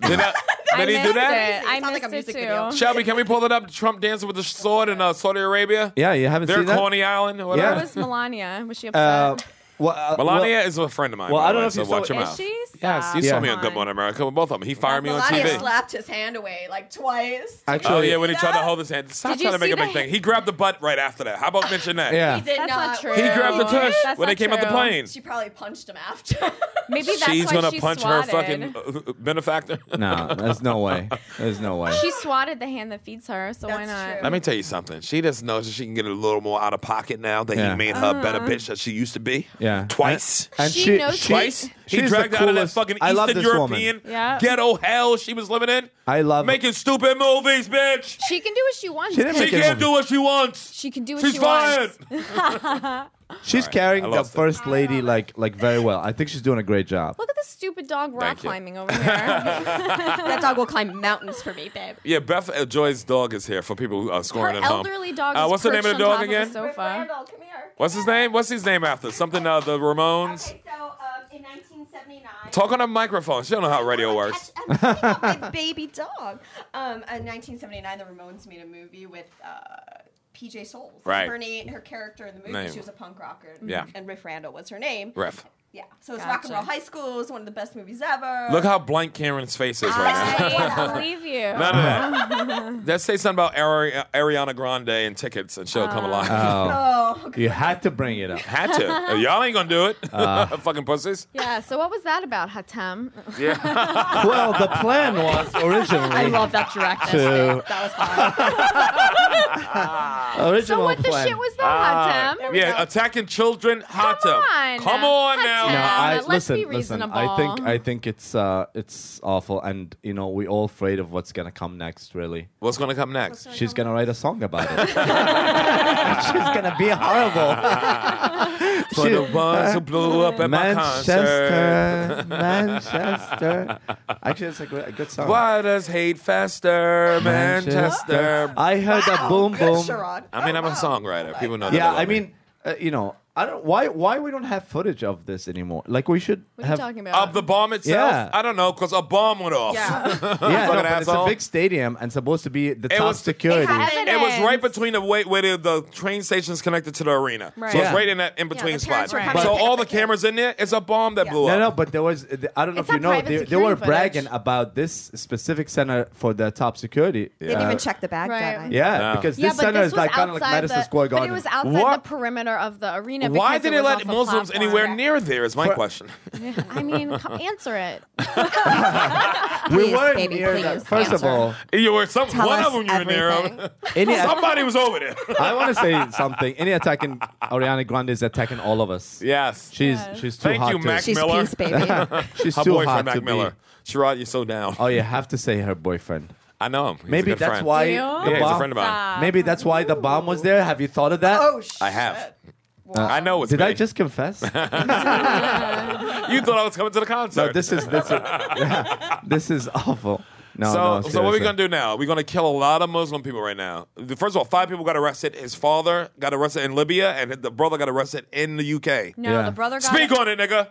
S4: Did, that,
S7: I
S4: did he do
S7: missed
S4: that?
S7: It. I
S6: Sounds
S7: missed
S6: like a
S7: it
S6: music
S7: too.
S6: video.
S4: Shelby, can we pull that up? Trump dancing with the sword in uh, Saudi Arabia.
S5: Yeah, you haven't
S4: They're
S5: seen that.
S4: Coney Island. or
S5: Yeah.
S4: Whatever.
S7: Where was Melania? Was she upset?
S5: Uh, well, uh,
S4: Melania is a friend of mine.
S5: Well,
S4: by
S5: I
S4: the
S5: don't
S4: way,
S5: know if
S4: so
S5: you saw
S4: watch
S5: it.
S4: your
S7: Is
S4: mouth.
S7: she?
S4: Yes, you
S7: Stop.
S4: saw
S5: Yeah.
S4: me on Good Morning America with both of them. He fired me on
S6: Melania
S4: TV.
S6: slapped his hand away like twice.
S5: Actually,
S4: Oh yeah, when he
S6: Yeah.
S4: tried to hold his hand. Stop
S7: Did you
S4: trying to make
S7: see
S4: a big
S7: the-
S4: thing. He grabbed the butt right after that. How about mention that?
S5: yeah.
S6: He did
S7: That's not true.
S6: work.
S4: He grabbed the
S7: Ew.
S4: tush
S7: That's
S4: when they
S7: not
S4: came out the
S7: true.
S4: plane.
S6: She probably punched him after.
S7: Maybe that's
S4: She's
S7: why
S4: gonna
S7: she
S4: punch
S7: swatted.
S4: her fucking uh, uh, benefactor.
S5: No, there's no way. There's no way.
S7: She swatted the hand that feeds her, so why
S6: That's
S7: not?
S6: true.
S4: Let me tell you something. She just knows that she can get a little more out of pocket now that
S5: Yeah.
S4: he made her a better
S7: Uh-huh.
S4: bitch that she used to be.
S5: Yeah.
S4: Twice.
S5: and
S7: She
S5: she,
S7: knows
S5: she-
S4: Twice. He
S5: she's
S4: dragged
S5: the
S4: her out of that
S5: coolest.
S4: fucking
S5: I love
S4: Eastern
S5: this
S4: European
S5: Woman.
S7: Yeah.
S4: ghetto hell she was living in.
S5: I love.
S4: Making stupid movies, bitch.
S7: She can do what she wants.
S5: She didn't
S4: She
S7: Kate.
S5: Making
S4: can't do
S5: movies.
S4: what she wants.
S7: She can do what
S4: She's
S7: she
S4: fired.
S7: wants.
S5: she's
S4: I
S5: carrying the
S4: lost it.
S5: first lady like like very well. I think she's doing a great job.
S7: Look at this stupid dog rock
S4: Thank you.
S7: climbing over here.
S6: that dog will climb mountains for me, babe.
S4: Yeah, Beth uh, Joy's dog is here for people who are
S7: her
S4: scoring at home.
S7: elderly dog.
S4: Uh,
S7: is
S4: what's the name of
S7: perched
S4: the
S7: on
S4: dog
S7: top of the
S4: again?
S7: sofa.
S6: Randall, come here.
S4: What's his name? What's his name after? Something uh, the Ramones.
S6: Okay, so um, in 1979.
S4: Talk on a microphone. She don't know how radio works.
S6: I'm thinking about my baby dog. Um, in 1979, the Ramones made a movie with uh, PJ Souls.
S4: Right.
S6: Her, name, her character in the movie,
S4: Name.
S6: she was a punk rocker. Mm-hmm.
S4: Yeah.
S6: And Riff Randall was her name.
S4: Ref.
S6: Yeah. So it's Rock and Roll High School. It's one of the best movies ever.
S4: Look how blank Karen's face is right now.
S7: I believe you.
S4: None of that. Let's say something about Ari- uh, Ariana Grande and tickets, and she'll
S7: Uh.
S4: come alive.
S5: Oh,
S6: Oh, okay.
S5: you had to bring it up.
S4: Had to. Y'all ain't gonna do it.
S5: Uh.
S4: Fucking pussies.
S7: Yeah. So what was that about, Hatem?
S4: Yeah.
S5: Well, the plan was
S6: I
S5: originally
S6: love that directness.
S5: to
S6: That was hot.
S5: original
S7: So what the
S5: plan.
S7: shit was
S4: Ah.
S5: Uh,
S7: that, Hatem?
S4: yeah, attacking children. Hot
S7: Come
S4: tub.
S7: on.
S4: Come on now.
S7: Hot
S5: No,
S7: tub.
S4: Hot-
S5: I,
S7: let's
S5: listen,
S7: be
S5: listen. I
S7: reasonable.
S5: think I think it's uh, it's awful, and you know we all afraid of what's gonna come next. Really,
S4: What's gonna come next?
S5: she's gonna write a song about it. she's gonna be horrible.
S4: For the ones who blew up at my concert.
S5: Manchester, Manchester. Actually, it's a good, a good song.
S4: Why does hate faster, Manchester?
S5: I heard a boom
S6: Good,
S5: boom.
S6: Sherrod.
S4: I mean,
S6: Oh,
S4: I'm a
S6: wow.
S4: songwriter. People know that.
S5: Yeah,
S4: about
S5: I
S4: me.
S5: mean, uh, you know, I don't why why we don't have footage of this anymore. Like we should
S7: What are you
S5: have.
S7: talking about?
S4: Of the bomb itself?
S5: Yeah.
S4: I don't know, because a bomb went off.
S5: Yeah,
S6: Yeah.
S5: no,
S4: Fucking
S5: but it's a
S4: asshole.
S5: big stadium and supposed to be the
S4: It
S5: top
S4: was-
S5: security.
S6: It had-
S4: It was right
S7: Evidence.
S4: between the way where the, the train station's connected to the arena.
S7: Right.
S4: So it's
S5: Yeah.
S4: right in that in between
S6: the
S4: spot.
S6: parents were
S7: coming
S4: So
S5: to
S6: pick
S4: all
S6: up
S4: the
S6: the kids.
S4: cameras in there, it's a bomb that
S6: Yeah.
S4: blew up.
S5: No, no, but there was. I don't know
S7: It's
S5: if you
S7: not
S5: know.
S7: private
S5: They, they
S7: security
S5: were
S7: footage.
S5: bragging about this specific center for the top security.
S6: Didn't
S5: uh,
S6: even check the bag
S7: Right.
S6: that night.
S5: Yeah,
S4: Yeah.
S5: because
S7: yeah,
S5: this
S7: but
S5: center
S7: this
S5: is
S7: was
S5: like kind of like
S7: outside
S5: Madison
S7: the,
S5: Square Garden.
S7: But it was outside
S4: What?
S7: the perimeter of the arena. it.
S4: Why
S7: because
S4: did
S7: it
S4: they
S7: was
S4: let
S7: off a
S4: Muslims
S7: platform.
S4: anywhere near there? Is my question.
S7: I mean, come answer it.
S5: we
S3: Please,
S5: weren't
S3: baby,
S5: near
S3: please
S5: that. First of
S3: answer.
S5: all,
S4: you were some
S3: Tell
S4: one
S3: us
S4: of them you were near. uh,
S3: everything.
S5: any
S4: Somebody was over there.
S5: I want to say something. Any attacking Ariana Grande is attacking all of us.
S4: yes.
S5: She's
S7: Yes.
S5: she's too
S4: Thank
S5: hot.
S4: you,
S5: to,
S4: Mac
S3: She's
S4: Miller.
S3: peace, baby.
S5: She's
S4: Her
S5: too
S4: boyfriend,
S5: hot
S4: Mac
S5: to
S4: Miller.
S5: be.
S4: Sherrod, you're so down.
S5: Oh, you have to say her boyfriend.
S4: I know him. He's a
S5: Maybe
S4: good
S5: that's
S4: friend.
S5: why
S7: Do you?
S5: the
S4: Yeah, he's a
S5: bomb-
S4: friend of mine.
S7: Stop.
S5: Maybe that's why the bomb was there. Have you thought of that?
S6: Oh, sh-
S4: I have. I know it's
S5: Uh, Did I
S4: me.
S5: just confess?
S4: You thought I was coming to the concert.
S5: no, this is this is this is awful. No,
S4: so, so
S5: no,
S4: what are we
S5: seriously.
S4: gonna do now? We're gonna kill a lot of Muslim people right now. The- First of all, five people got arrested. His father got arrested in Libya, and the brother got arrested in the UK.
S7: No,
S5: Yeah.
S7: the brother got
S4: Speak on it, nigga.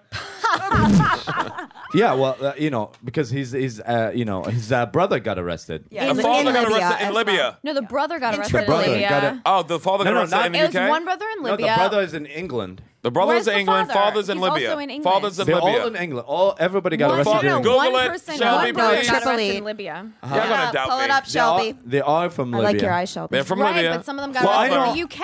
S5: Yeah, well, uh, you know, because his his uh, you know his uh, brother got arrested.
S6: Yeah.
S4: The
S3: In-
S4: father
S3: in
S4: got
S3: Libya
S4: arrested in
S3: as
S4: Libya.
S7: No, the brother got arrested.
S5: The
S7: in
S5: brother
S7: Libya.
S5: got a-
S4: Oh, the father
S5: No,
S4: got
S5: no,
S4: arrested
S5: not-
S4: in the
S7: It was
S4: UK.
S7: one brother in
S5: No, the
S7: Libya.
S5: brother is in England.
S4: the brother's
S7: Where's
S4: in
S7: the
S4: England.
S7: father?
S4: Father's in
S7: He's
S4: Libya.
S7: also in England.
S4: Father's in
S5: They're
S4: Libya.
S5: all in England. All everybody got
S7: One-
S5: arrested.
S7: no,
S5: in
S7: no,
S5: England.
S4: Google
S7: one
S4: it,
S7: person,
S4: Shelby,
S7: one brother
S3: please.
S7: got arrested
S3: Triple E.
S7: in Libya.
S6: pull
S4: Y'all
S6: it
S4: gonna
S6: up,
S4: doubt
S6: pull
S4: me.
S6: it
S5: They
S6: up,
S5: are-
S6: Shelby.
S5: They are from
S3: I
S5: Libya.
S3: like your eyes, Shelby.
S4: They're from
S7: right,
S4: Libya.
S7: but some of them got
S5: Well, I
S7: arrested in
S5: know-
S7: the UK.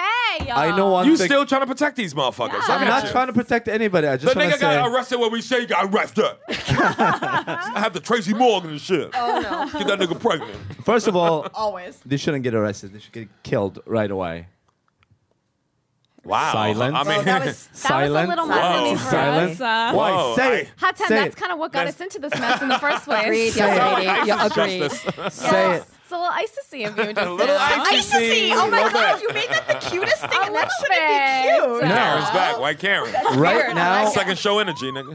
S5: I know one
S4: you
S5: thing.
S4: still trying to protect these motherfuckers? Look
S5: I'm
S4: at
S5: not
S4: you.
S5: trying to protect anybody. I
S4: The
S5: just want to
S4: nigga got
S5: say.
S4: arrested when we say he got arrested. I have the Tracy Morgan and shit.
S6: Oh no,
S4: Get that nigga pregnant.
S5: First of all,
S6: always.
S5: they shouldn't get arrested. They should get killed right away.
S4: Wow.
S5: Silence.
S4: I mean,
S6: Oh, that was
S7: That was a little
S3: Silence.
S7: messy
S4: Whoa.
S7: for
S5: Silence.
S7: us. Uh,
S4: Whoa.
S5: Why? Say
S4: I-
S5: it.
S7: Hot time.
S5: Say
S7: That's
S5: it.
S7: kind of what got
S4: That's-
S7: us into this mess in the first place.
S3: Agreed,
S5: Say
S3: young
S5: it.
S3: lady. Yeah, agreed.
S4: justice.
S5: Say it.
S7: It's a little icy of you. Just
S4: A little
S7: now.
S4: icy.
S6: Ecstasy! Oh my god, you made that the cutest thing, and that shouldn't be cute.
S7: No.
S4: Karen's back. Why Karen?
S5: Right now,
S4: Second show energy, nigga.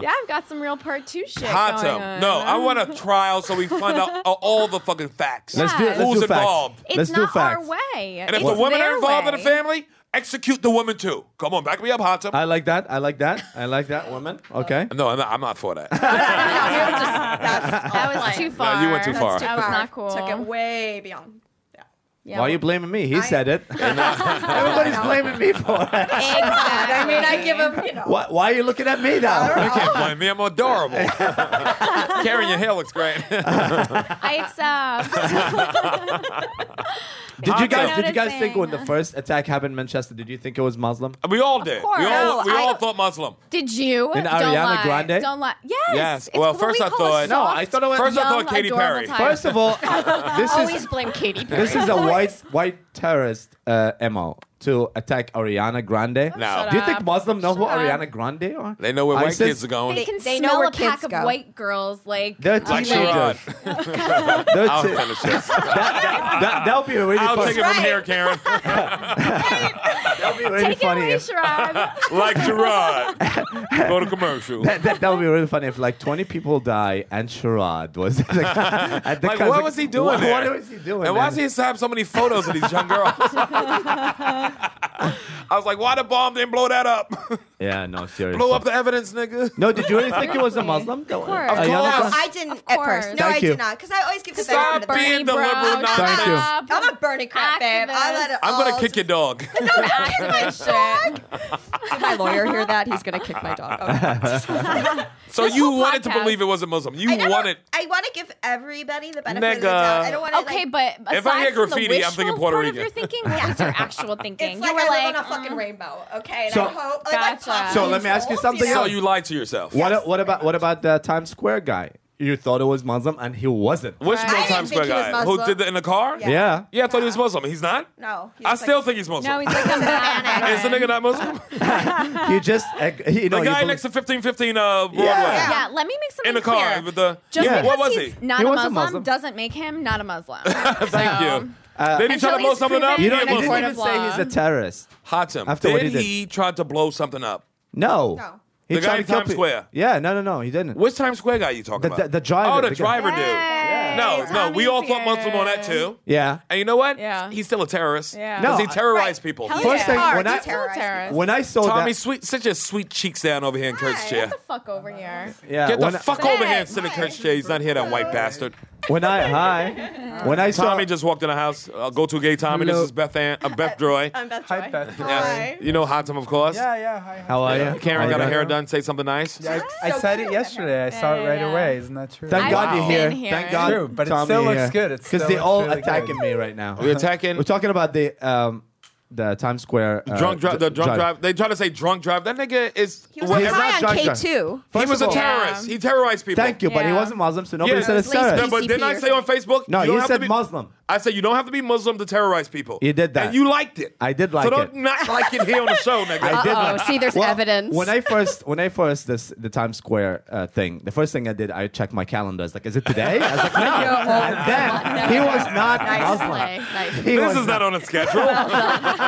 S7: Yeah, I've got some real part two shit.
S4: Hot
S7: going
S4: tub.
S7: on.
S4: No, I want a trial so we find out a- all the fucking facts.
S5: let's do
S7: Yeah.
S5: let's do
S4: Who's
S5: facts.
S4: involved?
S7: It's
S5: let's
S7: not
S5: do facts.
S7: our way.
S4: And if
S7: It's
S4: the women
S7: their
S4: are involved in
S7: way.
S4: the family, execute the woman too. Come on, back me up, hot tub.
S5: I like that. I like that. I like that woman. Okay.
S4: no, I'm not, I'm not for that.
S7: that was too far.
S4: No, you went too far.
S7: That was not cool.
S6: Took it way beyond. Yeah.
S7: Yeah.
S5: Why are you blaming me? He said it. Everybody's blaming me for it.
S6: Exactly. I mean, I give him, you know.
S5: Why, why are you looking at me now?
S4: you can't blame me. I'm adorable. Karen, your hair looks great.
S7: I accept.
S5: Did you guys? Did you guys
S7: Noticing.
S5: think when the first attack happened in Manchester? Did you think it was Muslim?
S4: we all did. We all,
S6: course.
S4: we
S6: No,
S4: all
S6: I-
S4: thought Muslim.
S7: Did you?
S5: And
S7: Don't
S5: Ariana
S7: lie.
S5: Grande?
S7: Don't lie. Yes.
S4: Yes.
S7: It's
S4: Well,
S7: what
S4: first
S7: we
S4: I
S7: call a
S4: thought-
S5: No,
S7: soft,
S5: I thought it was.
S4: First I thought
S7: young,
S4: Katy
S7: adorable
S4: Perry.
S7: type.
S5: First of all, this is
S6: blame Katie.
S5: this is a white white terrorist uh, mo to attack Ariana Grande.
S4: No.
S5: Do you think Muslims know who
S7: Shut up.
S5: Ariana Grande are?
S4: They know where white
S5: ISIS?
S4: kids are going.
S7: They can
S3: They know
S7: smell
S3: where
S7: a pack
S3: kids
S7: of
S3: go.
S7: white girls. Like
S5: They're
S4: like
S5: teenagers.
S4: Sherrod.
S5: They're
S4: I'll
S5: te-
S4: finish this.
S5: that that would be really
S4: I'll
S5: funny.
S4: take it from here, Karen.
S5: That would be really
S7: take it
S5: funny.
S7: away,
S5: if-
S7: Sharad.
S4: like Gerard. Go to commercial.
S5: that, that, that would be really funny if like 20 people die and Sherrod was at the, at the
S4: Like,
S5: concert.
S4: what was he doing
S5: What,
S4: there?
S5: what was he doing?
S4: And why does
S5: man?
S4: he have so many photos of these young girls? I was like, why the bomb didn't blow that up?
S5: Yeah, no, seriously.
S4: blow up the evidence, nigga.
S5: No, did you really think it was a Muslim? Of
S7: course. Of
S6: No, I didn't at
S7: course.
S6: first. No,
S5: Thank
S6: I
S5: you.
S6: did not, because I always give the benefit of
S4: Stop
S6: the doubt.
S4: being the
S7: Bro,
S4: liberal
S7: shut
S5: Thank you.
S4: nonsense.
S7: up.
S6: I'm a burning crap, babe. I let it
S4: I'm gonna
S6: all
S4: kick your dog.
S7: Activist shit.
S6: Did my lawyer hear that? He's gonna kick my dog. Okay.
S4: so you
S7: whole
S4: wanted to
S7: podcast-
S4: believe it wasn't Muslim. You
S6: I never-
S4: wanted.
S6: I want to give everybody the benefit of the
S4: Nigga.
S6: doubt. I don't want to.
S7: Okay,
S6: like,
S7: but
S4: If I hear
S7: aside from the
S4: graffiti, I'm thinking
S7: wishful
S4: Puerto
S7: part of
S4: Rican.
S7: Your thinking, what was your actual thinking?
S6: it's like
S7: you
S6: I
S7: were
S6: live
S7: like,
S6: on a fucking
S7: mm.
S6: rainbow. Okay, and
S5: So-
S6: I hope. Like, my
S7: Gotcha.
S6: pop
S5: So let me ask you
S6: controls,
S5: something
S4: So
S6: know?
S5: else.
S4: you lied to yourself.
S5: What, what about what about the Times Square guy? You thought it was Muslim and he wasn't.
S4: Which
S7: Right.
S4: no
S7: I didn't
S4: Times
S6: think
S4: Square
S6: he was
S4: guy? Who
S6: Muslim.
S4: did that in the car?
S6: Yeah.
S5: Yeah.
S4: Yeah, I thought he was Muslim. He's not.
S6: No, he's
S4: I
S6: like-
S4: still think he's Muslim.
S7: "Mm, No, he's like a banana.
S4: Is the nigga not Muslim?
S5: He just uh, you know
S4: the
S5: he
S4: guy
S5: bel-
S4: next to 1515 uh, Broadway.
S5: Yeah.
S7: Yeah, let me make something
S4: In the car
S7: clear.
S4: with the-
S7: Just
S5: Yeah.
S7: because
S4: What was
S7: he's
S4: he?
S7: not
S5: He
S7: a,
S5: was a
S7: Muslim
S5: Muslim.
S7: doesn't make him not a Muslim.
S4: Thank
S7: So-
S4: you. Then he tried
S7: Until
S4: to blow
S7: he's
S4: something up.
S7: proven
S5: Uh,
S4: He
S5: you
S4: ain't
S5: know, he
S7: in a
S5: didn't
S4: Muslim.
S7: court
S5: even
S7: of
S5: say
S7: law.
S5: he's a terrorist.
S4: Hot him.
S5: After what
S4: did
S5: he did.
S4: he try to blow something up?
S5: No.
S6: No.
S5: He
S4: The guy
S5: tried
S4: in
S5: to kill
S4: Times
S5: pe-
S4: Square.
S5: Yeah, no, no, no, he didn't.
S4: Which Times Square guy you talking
S5: The-
S4: about?
S5: the- the driver,
S4: Oh, the,
S5: the guy.
S4: driver dude.
S7: Yeah.
S4: No, no,
S7: Tommy
S4: we all thought
S7: Fury.
S4: Muslim on that too.
S5: Yeah.
S4: And you know what?
S7: Yeah.
S4: He's still a terrorist.
S7: Yeah.
S4: Because he
S5: No, I-
S4: terrorized
S6: Right.
S4: people.
S6: Hell
S5: First
S6: yeah.
S5: thing,
S6: Hard.
S5: when
S6: You
S5: I-
S6: terrorize people.
S7: terrorist.
S5: When I saw
S4: Tommy,
S5: that,
S4: sweet, sit your sweet cheeks down over here in Kurt's
S6: Hi.
S4: chair.
S7: the fuck over here.
S5: yeah,
S4: Get the
S5: when I-
S4: fuck
S7: Hey,
S4: over here and sit in
S6: hi.
S4: Kurt's chair. He's not here, that white bastard.
S5: When I hi, when I saw
S4: Tommy just walked in the house. Uh, go to gay Tommy.
S5: Hello.
S4: This is Beth Ann, uh, Beth Droy.
S6: I'm Beth
S5: Hi,
S6: Joy.
S5: Beth.
S4: Yes. You know Hatem, of course.
S9: yeah. Hi.
S5: How are you?
S4: Karen
S5: How
S4: got
S5: you
S4: her hair
S5: doing?
S4: done. Say something nice.
S9: I, I
S6: so
S9: said
S6: cute.
S9: it yesterday. I saw it right
S7: yeah.
S9: away. Isn't that true?
S5: Thank God
S4: Wow.
S5: you're here.
S7: Been here.
S5: Thank God,
S9: True, but it
S5: Tommy
S9: still looks
S5: here.
S9: good. It still
S5: they
S9: looks
S5: all
S9: really
S5: attacking
S9: good.
S5: me right now.
S4: We're attacking.
S5: We're talking about the um, the Times Square uh,
S4: drunk drive.
S5: dr-
S4: The drunk drive. They try to say drunk drive. That nigga is.
S6: He was
S4: well,
S5: He's
S4: if-
S5: not
S6: high on
S5: drunk, drunk.
S6: K2.
S5: First
S4: he was a
S5: of all-
S4: terrorist.
S7: Yeah.
S4: He terrorized people.
S5: Thank you, but he
S7: Yeah.
S5: wasn't Muslim, so nobody
S4: Yeah.
S5: said it's
S6: At least
S5: terrorist.
S4: No, but didn't I
S6: PCP
S4: say
S6: or-
S4: on Facebook?
S5: No,
S4: you don't
S5: you
S4: have to
S5: said
S4: be-
S5: Muslim.
S4: I said you don't have to be Muslim to terrorize people.
S5: You did that.
S4: and you liked it.
S5: I did like
S4: so don't
S5: it.
S4: not like it here on the show, nigga.
S5: I did
S6: Oh,
S5: like-
S6: see, there's
S5: Well,
S6: evidence.
S5: When I first, when I first this the Times Square uh, thing, the first thing I did, I checked my calendar. I was like, "Is it today?" I was like, "No." and then he was not
S6: Nice
S5: Muslim.
S6: play. Nice.
S5: He
S4: this
S5: was
S4: is not on the schedule.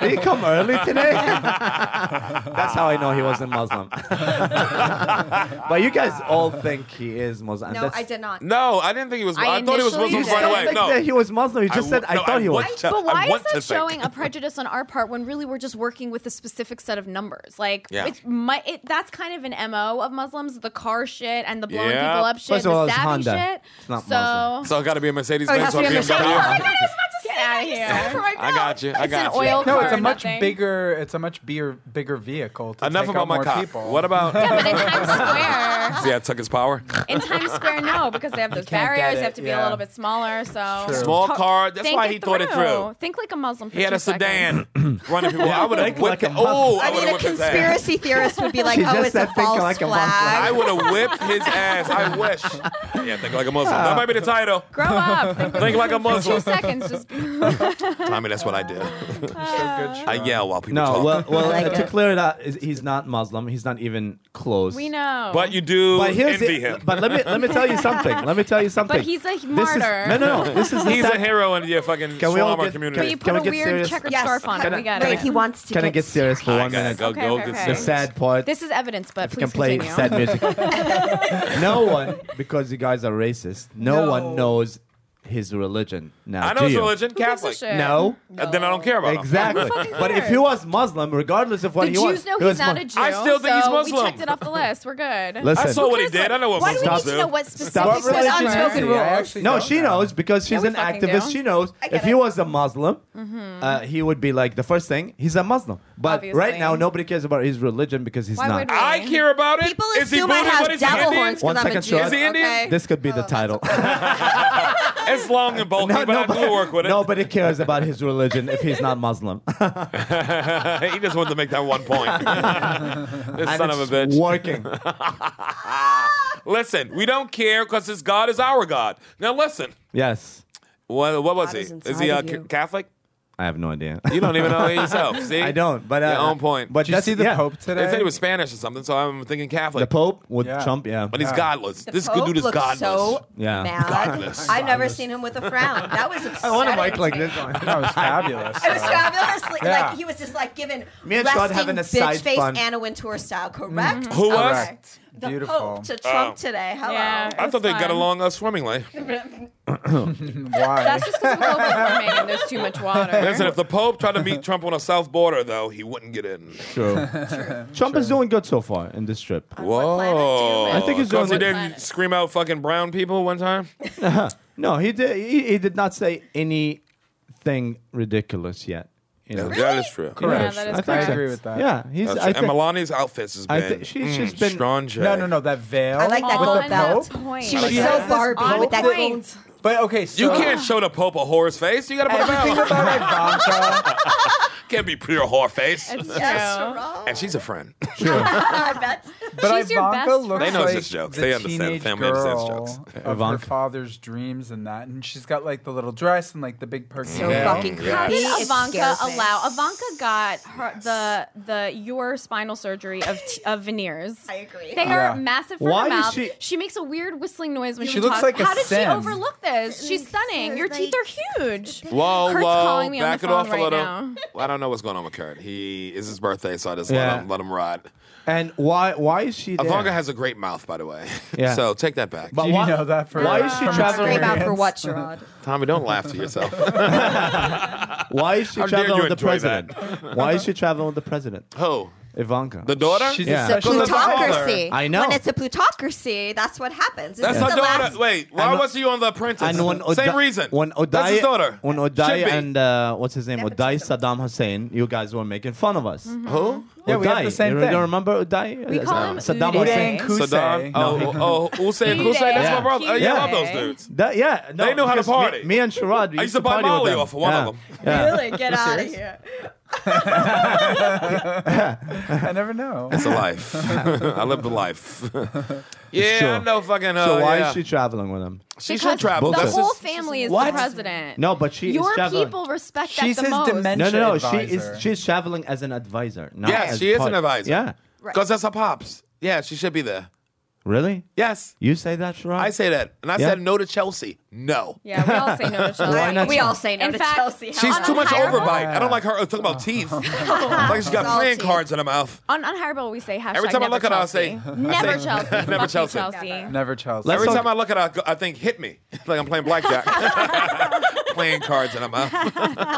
S5: Did he come early today? That's how I know he wasn't Muslim. but you guys all think he is Muslim.
S6: No,
S5: That's-
S6: I did not.
S4: no, I didn't think he was.
S7: I
S4: I, thought he was
S7: initially
S4: Muslim
S5: You
S7: did.
S4: right
S5: don't
S4: away.
S5: think
S4: No,
S5: that he was Muslim. You
S4: I
S5: just said
S4: wa-
S5: I
S4: no,
S5: thought he was.
S4: want to-
S7: But why
S4: I
S7: is
S4: want
S7: that
S4: to think.
S7: showing a prejudice on our part when really we're just working with a specific set of numbers? Like,
S4: Yeah.
S7: it's my, it, that's kind of an MO of Muslims the car shit and the blowing
S4: Yeah.
S7: people up shit,
S5: First of all,
S7: the
S5: it's
S7: savvy
S5: Honda.
S7: shit.
S5: It's not
S7: so,
S5: Muslim.
S4: So I got to be a Mercedes
S6: Oh, it
S4: Benz
S6: has to
S4: or
S6: be
S4: BMW.
S6: a Mercedes.
S7: Get out of here.
S4: I got you. I
S7: It's an
S4: got you.
S7: oil
S9: No,
S7: car
S9: it's a
S7: or
S9: much
S7: nothing.
S9: bigger. It's a much bigger, bigger vehicle. To
S4: Enough
S9: take
S4: about
S9: out
S4: my
S9: more
S4: cock.
S9: People.
S4: What about?
S7: But in Times Square,
S4: See, I took his power.
S7: in Times Square, no, because they have those
S9: can't get
S7: barriers. You
S9: it,
S7: have to be a
S9: yeah.
S7: little bit smaller. So
S9: True.
S4: Small car. That's
S7: Think
S4: why he thought it through.
S7: Think like a Muslim. For
S4: He had
S7: two
S4: a sedan running people. I would have
S5: Think
S4: whipped.
S5: like a
S4: it. Oh,
S6: I
S4: I would have
S6: mean, a
S4: whipped his ass.
S6: conspiracy theorist would be like,
S5: She
S6: "Oh,
S5: just
S6: it's
S5: said
S6: a
S5: think
S6: false
S5: like a
S4: I
S5: Muslim.
S6: flag."
S4: would have whipped his ass. I wish. Yeah, think like a Muslim. Ah. That might be the title.
S7: seconds. Grow up. Think,
S4: Think like a
S7: Two
S4: Muslim.
S7: seconds. Just
S4: Tommy, that's what I did.
S9: So
S4: I
S9: good.
S4: yell while people
S5: No,
S4: talk.
S5: well, well
S6: Like
S5: uh, to
S6: it.
S5: clear it up, is- he's not Muslim. He's not even close.
S7: we know.
S4: but you do
S5: But here's
S4: envy
S5: the,
S4: him.
S5: But let me let me tell you something. Let me tell you something.
S7: he's a
S5: This is-
S7: martyr.
S5: no, no, no. This is the
S4: He's a
S5: type-
S4: hero in your fucking
S5: Can we
S4: shawarma
S5: all get-
S7: But
S4: community.
S7: you
S5: Can
S7: put
S5: we
S7: a
S5: get
S7: weird
S5: serious?
S7: checkered
S6: Yes.
S7: scarf on
S5: Can
S7: it.
S5: I-
S7: We got
S5: can I
S6: Wait,
S7: it.
S6: he wants to.
S5: Can I
S6: get
S5: get serious for one minute?
S4: go,
S7: Okay,
S4: go
S7: okay,
S4: get
S7: okay.
S5: The
S4: serious.
S5: sad part.
S7: This is evidence, but
S5: if we can play
S7: please continue.
S5: sad music. no one, because you guys are racist. No,
S6: No.
S5: one knows his religion now.
S4: I know
S5: do
S4: his
S5: you?
S4: religion,
S7: gives a
S4: Catholic.
S7: shit?
S5: No,
S4: Uh, Then I don't care about
S5: exactly.
S4: him.
S5: But if he was Muslim, regardless of what
S7: The
S5: he was,
S7: Jews know
S5: he
S7: he's
S5: was
S7: not
S5: Mu-
S7: a Jew.
S4: I still think he's
S7: so
S4: Muslim.
S7: We checked it off the list. We're good.
S5: Listen,
S4: I saw what he
S7: Here's
S4: did. I know what
S7: Why do we
S4: Muslims
S7: need to know
S4: do.
S7: what
S5: Stop
S7: specific
S5: religion.
S7: religion?
S6: Unspoken
S9: I
S6: rules.
S9: actually
S5: No,
S9: don't
S5: she
S9: know.
S5: knows because she's
S7: we
S5: an
S7: fucking
S5: activist.
S7: do.
S5: She knows
S6: get
S5: if he
S6: it.
S5: was a Muslim, uh, he would be like the first thing. He's a Muslim, but right
S7: Mm-hmm. Obviously.
S5: now nobody cares about his religion because he's
S7: Why
S5: not.
S7: would we?
S4: I care about it.
S6: People
S4: is he
S6: assume I
S4: Buddhist? What
S6: have
S4: is he,
S6: devil
S4: Indian?
S6: horns
S5: One
S6: because I'm a
S5: second,
S6: Jew.
S5: Is
S4: he Indian?
S6: Okay.
S5: This could be
S7: Oh.
S5: the title.
S4: It's long and bulky, but I do work with it.
S5: Nobody cares about his religion if he's not Muslim.
S4: he just wanted to make that one point. this son of a bitch.
S5: Working.
S4: listen, we don't care because his God is our God. Now listen,
S5: Yes.
S4: what, what was
S6: God
S4: he?
S6: is
S4: Is he
S6: inside
S4: a
S6: of you.
S4: Catholic?
S5: I have no idea.
S4: You don't even know yourself. See,
S5: I don't, but uh,
S4: Your own point.
S5: But
S9: Did you
S5: that's-
S9: see the
S5: yeah.
S9: Pope today?
S4: They said he was Spanish or something, so I'm thinking Catholic.
S5: The Pope with
S9: Yeah. Ah,
S5: Trump, yeah.
S4: but he's
S9: Yeah.
S4: godless.
S6: The
S4: this
S6: Pope
S4: dude is
S6: looks
S4: godless.
S6: So
S5: Yeah.
S6: mad.
S4: Godless.
S6: I've never seen him with a frown. That was upsetting.
S5: I want a mic like this one.
S9: That was fabulous. Uh,
S6: It was
S9: though.
S6: fabulously
S9: Yeah.
S6: like he was just like given
S5: Me and Sean
S6: resting
S5: having a
S6: bitch
S5: side
S6: face
S5: fun.
S6: Anna Wintour style, correct?
S4: Who was?
S6: Okay.
S9: Correct.
S6: The
S9: Beautiful.
S6: Pope to Trump
S4: Oh.
S6: today. Hello.
S7: Yeah.
S4: I thought they
S7: It's
S4: got
S7: fine.
S4: along uh, swimmingly.
S9: Why?
S7: That's just because of global warming and there's too much water.
S4: Listen, if the Pope tried to meet Trump on a south border, though, he wouldn't get in.
S5: True. Trump is doing good so far in this trip.
S4: Whoa!
S6: planet do
S5: I think he's
S4: Because he
S5: doing-
S4: didn't
S7: Planet.
S4: scream out "fucking brown people" one time.
S5: No, he did. He, he did not say anything ridiculous yet. You know.
S4: That is true.
S9: Correct.
S7: Yeah, that is
S5: I think
S7: correct.
S5: so.
S9: I agree with that.
S5: Yeah, he's.
S4: That's
S5: I
S4: true. and
S5: think,
S4: Melania's outfits has
S5: I
S4: been
S5: thi- she- she's
S4: mm,
S5: been-
S4: strong. J.
S9: No, no, no. That veil.
S6: I like that
S9: with
S6: gold
S9: the
S6: belt.
S9: Pope.
S7: Oh, Point.
S6: She was
S9: She
S6: so
S9: has
S6: Barbie
S9: this
S6: with that
S9: Pope
S6: gold.
S9: But okay, so
S4: You can't show the Pope a whore's face. You got to put a
S9: Everything
S4: bow.
S9: about Ivanka.
S4: Can't be pure whore face.
S7: It's
S6: Yes,
S7: true.
S6: Rob.
S4: and she's a friend.
S6: I bet.
S9: But
S7: She's your
S9: Ivanka
S7: best
S9: looks
S7: friend.
S4: They know it's
S9: like
S4: just jokes.
S9: the
S4: They understand.
S9: teenage
S4: Family
S9: girl
S4: understands jokes.
S9: of
S5: Ivanka.
S9: her father's dreams and that, and she's got like the little dress and like the big perky.
S6: So
S9: veil.
S6: fucking creepy.
S7: How did
S6: It
S7: Ivanka
S6: scares me.
S7: allow? Ivanka got her, the the your spinal surgery of t- of veneers.
S6: I agree.
S7: They
S9: Yeah.
S7: are massive for
S5: Why
S7: her
S5: is
S7: mouth.
S5: she-
S7: makes a weird whistling noise when she,
S9: She looks
S7: talks.
S9: like a
S7: How did she
S9: Sim.
S7: overlook this? She's stunning. Your teeth are huge.
S4: Whoa,
S7: Kurt's
S4: whoa,
S7: calling me on
S4: back
S7: the
S4: it
S7: phone
S4: off
S7: right
S4: a little.
S7: now.
S4: I don't know what's going on with Kurt. He is his birthday, so I just
S5: Yeah.
S4: let him let him ride.
S5: and why? Why is she? There?
S4: Ivanka has a great mouth, by the way.
S5: Yeah.
S4: so take that back.
S5: But
S9: Did
S5: why,
S9: you know that for
S5: why is she
S9: from
S5: traveling?
S6: Scream out for
S9: experience?
S6: what,
S4: Uh-huh.
S6: Sherrod?
S4: Tommy, don't laugh to yourself.
S5: Why is she
S4: How dare
S5: traveling
S4: you
S5: with the
S4: enjoy
S5: president? why is she traveling with the president?
S4: Who?
S5: Ivanka.
S4: The daughter?
S9: She's
S5: Yeah.
S9: a
S6: It's a
S9: special
S6: plutocracy.
S5: I know.
S6: When it's a plutocracy, that's what happens. This
S4: That's
S6: is
S4: her
S6: the
S4: daughter.
S6: last-
S4: Wait, why
S5: And-
S4: was she on The Apprentice?
S5: and when Oda-
S4: Same reason.
S5: When Odai,
S4: That's his daughter.
S5: When
S4: Should
S5: Odai
S4: be.
S5: and uh, what's his name? Odai
S6: Nepotism.
S5: Saddam Hussein, you guys were making fun of us.
S4: Who?
S9: Yeah, we have
S5: Odai.
S9: the same
S5: you
S9: thing.
S5: You remember Odai?
S7: We call him
S5: Saddam Hussein.
S7: Uday.
S9: Uday.
S4: Saddam.
S9: Kusei.
S4: Oh, oh, Usei and
S7: Uday.
S4: Kusei. That's my
S5: Yeah.
S4: brother. Oh, yeah, I
S5: Yeah.
S4: love those dudes.
S5: That, yeah, no,
S4: They knew how to
S5: because me-
S4: party.
S5: Me, and Sherrod, we
S4: I used to buy
S5: party with
S4: Molly
S5: them.
S4: off of one
S5: yeah.
S4: of them.
S5: Yeah.
S6: Really, get out of here.
S9: I never know.
S4: It's a life. I lived the life. yeah,
S5: Sure.
S4: I know fucking. Uh,
S5: So why
S4: yeah.
S5: is she traveling with him?
S4: She
S7: Because
S4: should travel.
S7: The
S4: That's
S7: whole
S4: just-
S7: family is
S9: What?
S7: the president.
S5: No, but she
S7: your
S5: is traveling.
S7: people respect
S9: She's
S7: that the
S9: his
S7: most.
S9: dimension.
S5: no, no, no. She
S9: Advisor.
S5: is she's traveling as an advisor. Not
S4: yeah,
S5: as
S4: she is
S5: part-
S4: an advisor.
S5: Yeah,
S6: Right.
S4: Because that's her pops. Yeah, she should be there.
S5: really?
S4: Yes.
S5: You say that, Sherrod?
S4: I say that. And I
S5: Yeah.
S4: said no to Chelsea. No.
S7: Yeah, we all say no to
S5: Why
S7: Chelsea.
S5: not
S6: We all say no
S7: In
S6: to
S7: fact,
S6: Chelsea. How
S4: She's
S7: on
S6: about
S4: too
S7: a
S4: much
S7: higher
S4: overbite.
S9: level?
S4: I don't like her talking about teeth. like she's got
S6: It's all
S4: playing
S6: teeth.
S4: cards in her mouth.
S7: On Unhireable, we say hashtag
S4: Every time I
S7: never
S4: look at her, I say-
S7: Chelsea.
S4: I
S7: never
S4: say-
S7: Chelsea.
S4: never
S7: Fuck you,
S4: Chelsea.
S9: Never Chelsea.
S5: Let's
S4: Every
S5: talk-
S4: time I look at her, I go- I think, hit me. like I'm playing blackjack. playing cards uh, in her mouth.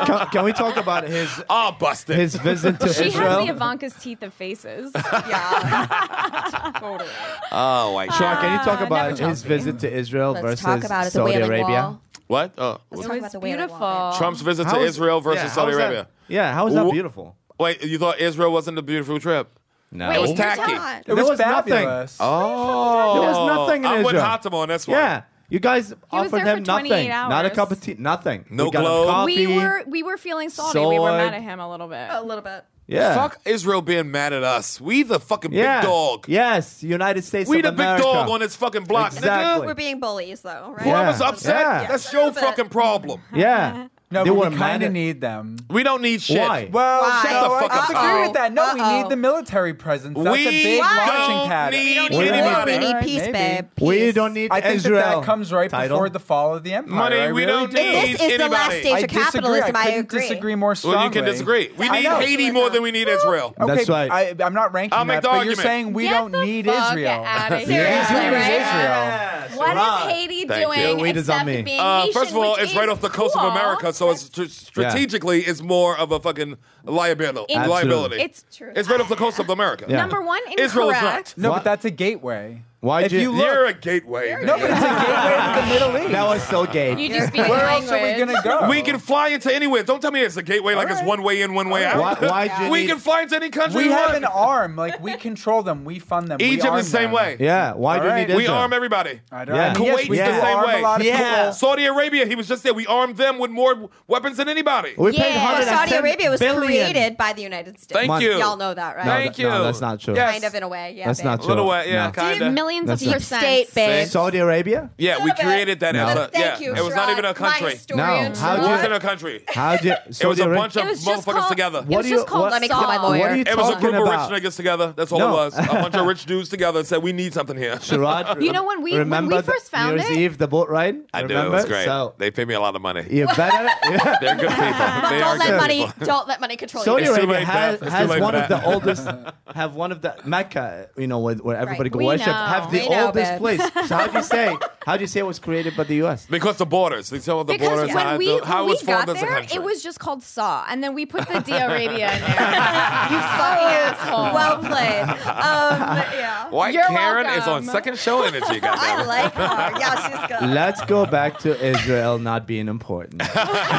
S5: Can, can we talk about his
S4: I'll bust it.
S5: his visit to
S7: She
S5: Israel?
S7: has the Ivanka's teeth of faces.
S6: Yeah. totally.
S4: oh, white
S5: Sure, can you talk
S7: Uh,
S5: about
S7: never
S5: his
S7: Chelsea.
S5: visit to Israel
S6: Let's
S5: versus
S6: talk about it. The
S5: Saudi
S6: Wailing
S5: Arabia?
S6: Wall.
S4: What? Oh.
S6: Let's
S7: It
S6: talk
S7: was
S6: about the Wailing Wall,
S7: beautiful.
S6: babe.
S4: Trump's visit
S5: How
S4: to
S5: is-
S4: Israel versus
S5: yeah, how
S4: Saudi
S5: is that-
S4: Arabia.
S5: yeah, how is that
S4: Wh-
S5: beautiful?
S4: Wait, you thought Israel wasn't a beautiful trip?
S5: No,
S7: Wait,
S4: It was
S7: you're
S4: tacky.
S7: telling-
S9: it was,
S5: There was nothing.
S9: fabulous.
S4: Oh,
S5: There was nothing in
S4: I'm with
S5: Israel.
S4: Hatima on this one.
S5: yeah. You guys offered
S7: there
S5: him
S7: for 28
S5: nothing, not a
S7: hours.
S5: cup of tea, nothing.
S4: No
S5: we got him
S4: globe.
S5: coffee.
S7: We were we were feeling salty. We were
S5: Sword.
S7: mad at him a little bit.
S6: A little bit.
S5: yeah,
S4: Fuck Israel being mad at us. We the fucking
S5: yeah,
S4: big dog.
S5: Yes, United States
S4: We
S5: of
S4: the
S5: America.
S4: big dog on this fucking block.
S5: Exactly.
S4: Nigga.
S6: We're being bullies, though, right?
S5: Yeah.
S4: Whoever's upset,
S5: Yeah.
S4: that's
S6: A
S4: your
S6: little bit.
S4: fucking problem.
S5: Yeah,
S9: no,
S5: they
S9: but
S5: were
S9: we
S5: mad
S9: kind
S5: at-
S9: of need them.
S4: We don't need shit.
S5: Why?
S9: Well,
S6: Why?
S9: shut
S6: Shut
S4: the
S9: the
S4: fuck
S9: fuck I
S4: up.
S9: disagree with that. No,
S6: Uh-oh.
S9: we need the military presence. That's
S4: We
S9: a big
S4: don't
S9: launching pad.
S4: need
S9: I
S6: We
S5: Wait
S6: need
S5: a minute.
S6: war. We need
S9: Alright,
S6: peace,
S9: maybe.
S6: babe. Peace.
S5: we don't need
S9: think that
S5: Israel.
S9: that comes right
S5: title.
S9: before the fall of the empire.
S4: Money,
S9: I
S4: we
S9: really
S4: don't
S9: do.
S4: need
S6: This is the last
S4: anybody.
S6: stage
S9: I
S6: of
S9: disagree.
S6: capitalism.
S9: I
S6: I,
S9: couldn't
S6: agree.
S9: disagree more strongly.
S4: Well, you can disagree. We
S9: I
S4: need
S9: know.
S4: Haiti more than we need Israel.
S9: Okay,
S5: That's right.
S9: I, I'm not ranking
S4: I'll make
S9: that,
S4: the
S9: but
S4: argument.
S9: you're saying we
S7: Get
S9: don't
S7: the
S9: need
S7: fuck
S9: Israel.
S7: outta here.
S9: Yes,
S6: Seriously,
S9: we need
S6: right?
S9: Israel.
S7: What
S5: Right.
S7: is Haiti
S4: Thank you.
S7: doing
S5: Your weed is on
S7: except
S5: me.
S7: being
S4: Uh,
S7: Haitian,
S4: first of all,
S7: which
S4: it's right
S7: is
S4: off the coast
S7: cool.
S4: of America, so it's tr- strategically it's more of a fucking liability.
S7: Absolutely.
S4: liability.
S7: It's true.
S4: It's right off the coast of America.
S5: Yeah.
S7: Number one, incorrect.
S4: Israel is not.
S9: No,
S5: Why-
S9: but that's a gateway.
S5: Why'd
S9: if
S5: you-
S9: you,
S4: You're
S9: look,
S4: a gateway.
S9: no, but it's a gateway to the Middle East.
S5: That was so gay.
S7: You do speak
S9: Where
S7: the
S9: else are we
S7: language.
S9: gonna go?
S4: We can fly into anywhere. Don't tell me it's a gateway like it's one way in, one way
S5: Why-
S4: out.
S5: why'd you
S4: we
S5: need-
S4: can fly into any country.
S9: We have
S4: want.
S9: an arm. Like we control them. We fund them. we
S4: Egypt
S9: arm
S4: is the same
S9: them.
S4: way.
S5: yeah, why do you
S9: All
S5: need
S9: right.
S5: Israel?
S4: We arm everybody.
S9: I don't.
S5: Yeah.
S9: I mean, yes,
S4: Kuwait's
S9: we
S5: the
S9: do
S4: same
S9: arm
S4: way.
S9: A lot of
S5: Yeah.
S9: people.
S4: Saudi Arabia, he was just there. We armed them with more w- weapons than anybody.
S5: We paid
S7: Yeah.
S6: Well,
S5: 110
S6: Saudi Arabia was
S5: billion.
S6: created by the United States.
S4: Thank you.
S6: Y'all know that, right?
S4: Thank
S5: th-
S4: you.
S5: no, that's not true.
S4: Yes.
S6: Kind of in a way. Yeah,
S5: That's
S6: babe.
S5: not
S4: A
S5: true.
S4: little way, yeah,
S5: No.
S4: kind
S7: Dude,
S4: of.
S7: millions of
S5: That's not-
S7: percent.
S6: State, babe.
S5: Saudi Arabia?
S4: Yeah, we
S6: Little bit.
S4: created that.
S5: No.
S4: as a-
S6: But thank
S4: yeah,
S6: you,
S4: it was not
S6: Sherrod.
S4: even a
S6: My
S4: country. It
S6: historian,
S5: No, how'd you-
S6: Sherrod.
S4: wasn't a country.
S5: How'd you?
S4: It was
S5: Saudi
S4: a
S5: Arabia-
S4: bunch of
S7: It was just
S4: motherfuckers
S7: called,
S4: together.
S7: It
S5: What
S7: was
S5: do you-
S7: just called
S5: what- Let me
S6: call my
S7: Saul.
S6: lawyer.
S5: What are you
S4: It was a
S5: talking
S4: group
S5: about?
S4: of rich niggas together. That's all
S5: No.
S4: it was. A bunch of rich dudes together and said, "We need something here."
S5: Sherrod,
S7: You know, when we- when
S5: remember
S7: we first
S5: the
S7: found
S5: New Year's
S7: it-
S5: Eve, the boat ride.
S4: I do. It
S5: remember?
S4: was great.
S5: So
S4: they paid me a lot of money.
S5: you better. yeah.
S4: They're good people. They are
S6: Don't let
S4: good
S6: money.
S4: people.
S6: Don't let money control
S5: Saudi
S6: you.
S4: too
S5: Arabia
S4: late,
S5: has,
S4: Beth. It's too
S5: has
S4: late for
S5: one of
S4: that.
S5: the oldest. Have one of the Mecca, you know, where, where everybody go
S7: We
S5: worship.
S7: know.
S5: Have the
S6: We know,
S5: oldest
S6: babe.
S5: place. So how do you say? How do you say it was created by the U.S.?
S4: Because the borders. They tell the
S7: Because
S4: borders how,
S7: when we,
S4: the, how
S7: when
S4: it
S7: we
S4: was
S7: got
S4: formed as a
S7: there,
S4: country.
S7: it was just called Saw, and then we put the D Arabia in there. you fucking asshole.
S6: Well played. Um, yeah.
S4: White
S7: You're
S4: Karen is on
S7: welcome.
S4: second show energy.
S6: I
S4: Goddamn.
S6: like her. Yeah, she's good.
S5: Let's go back to Israel not being important.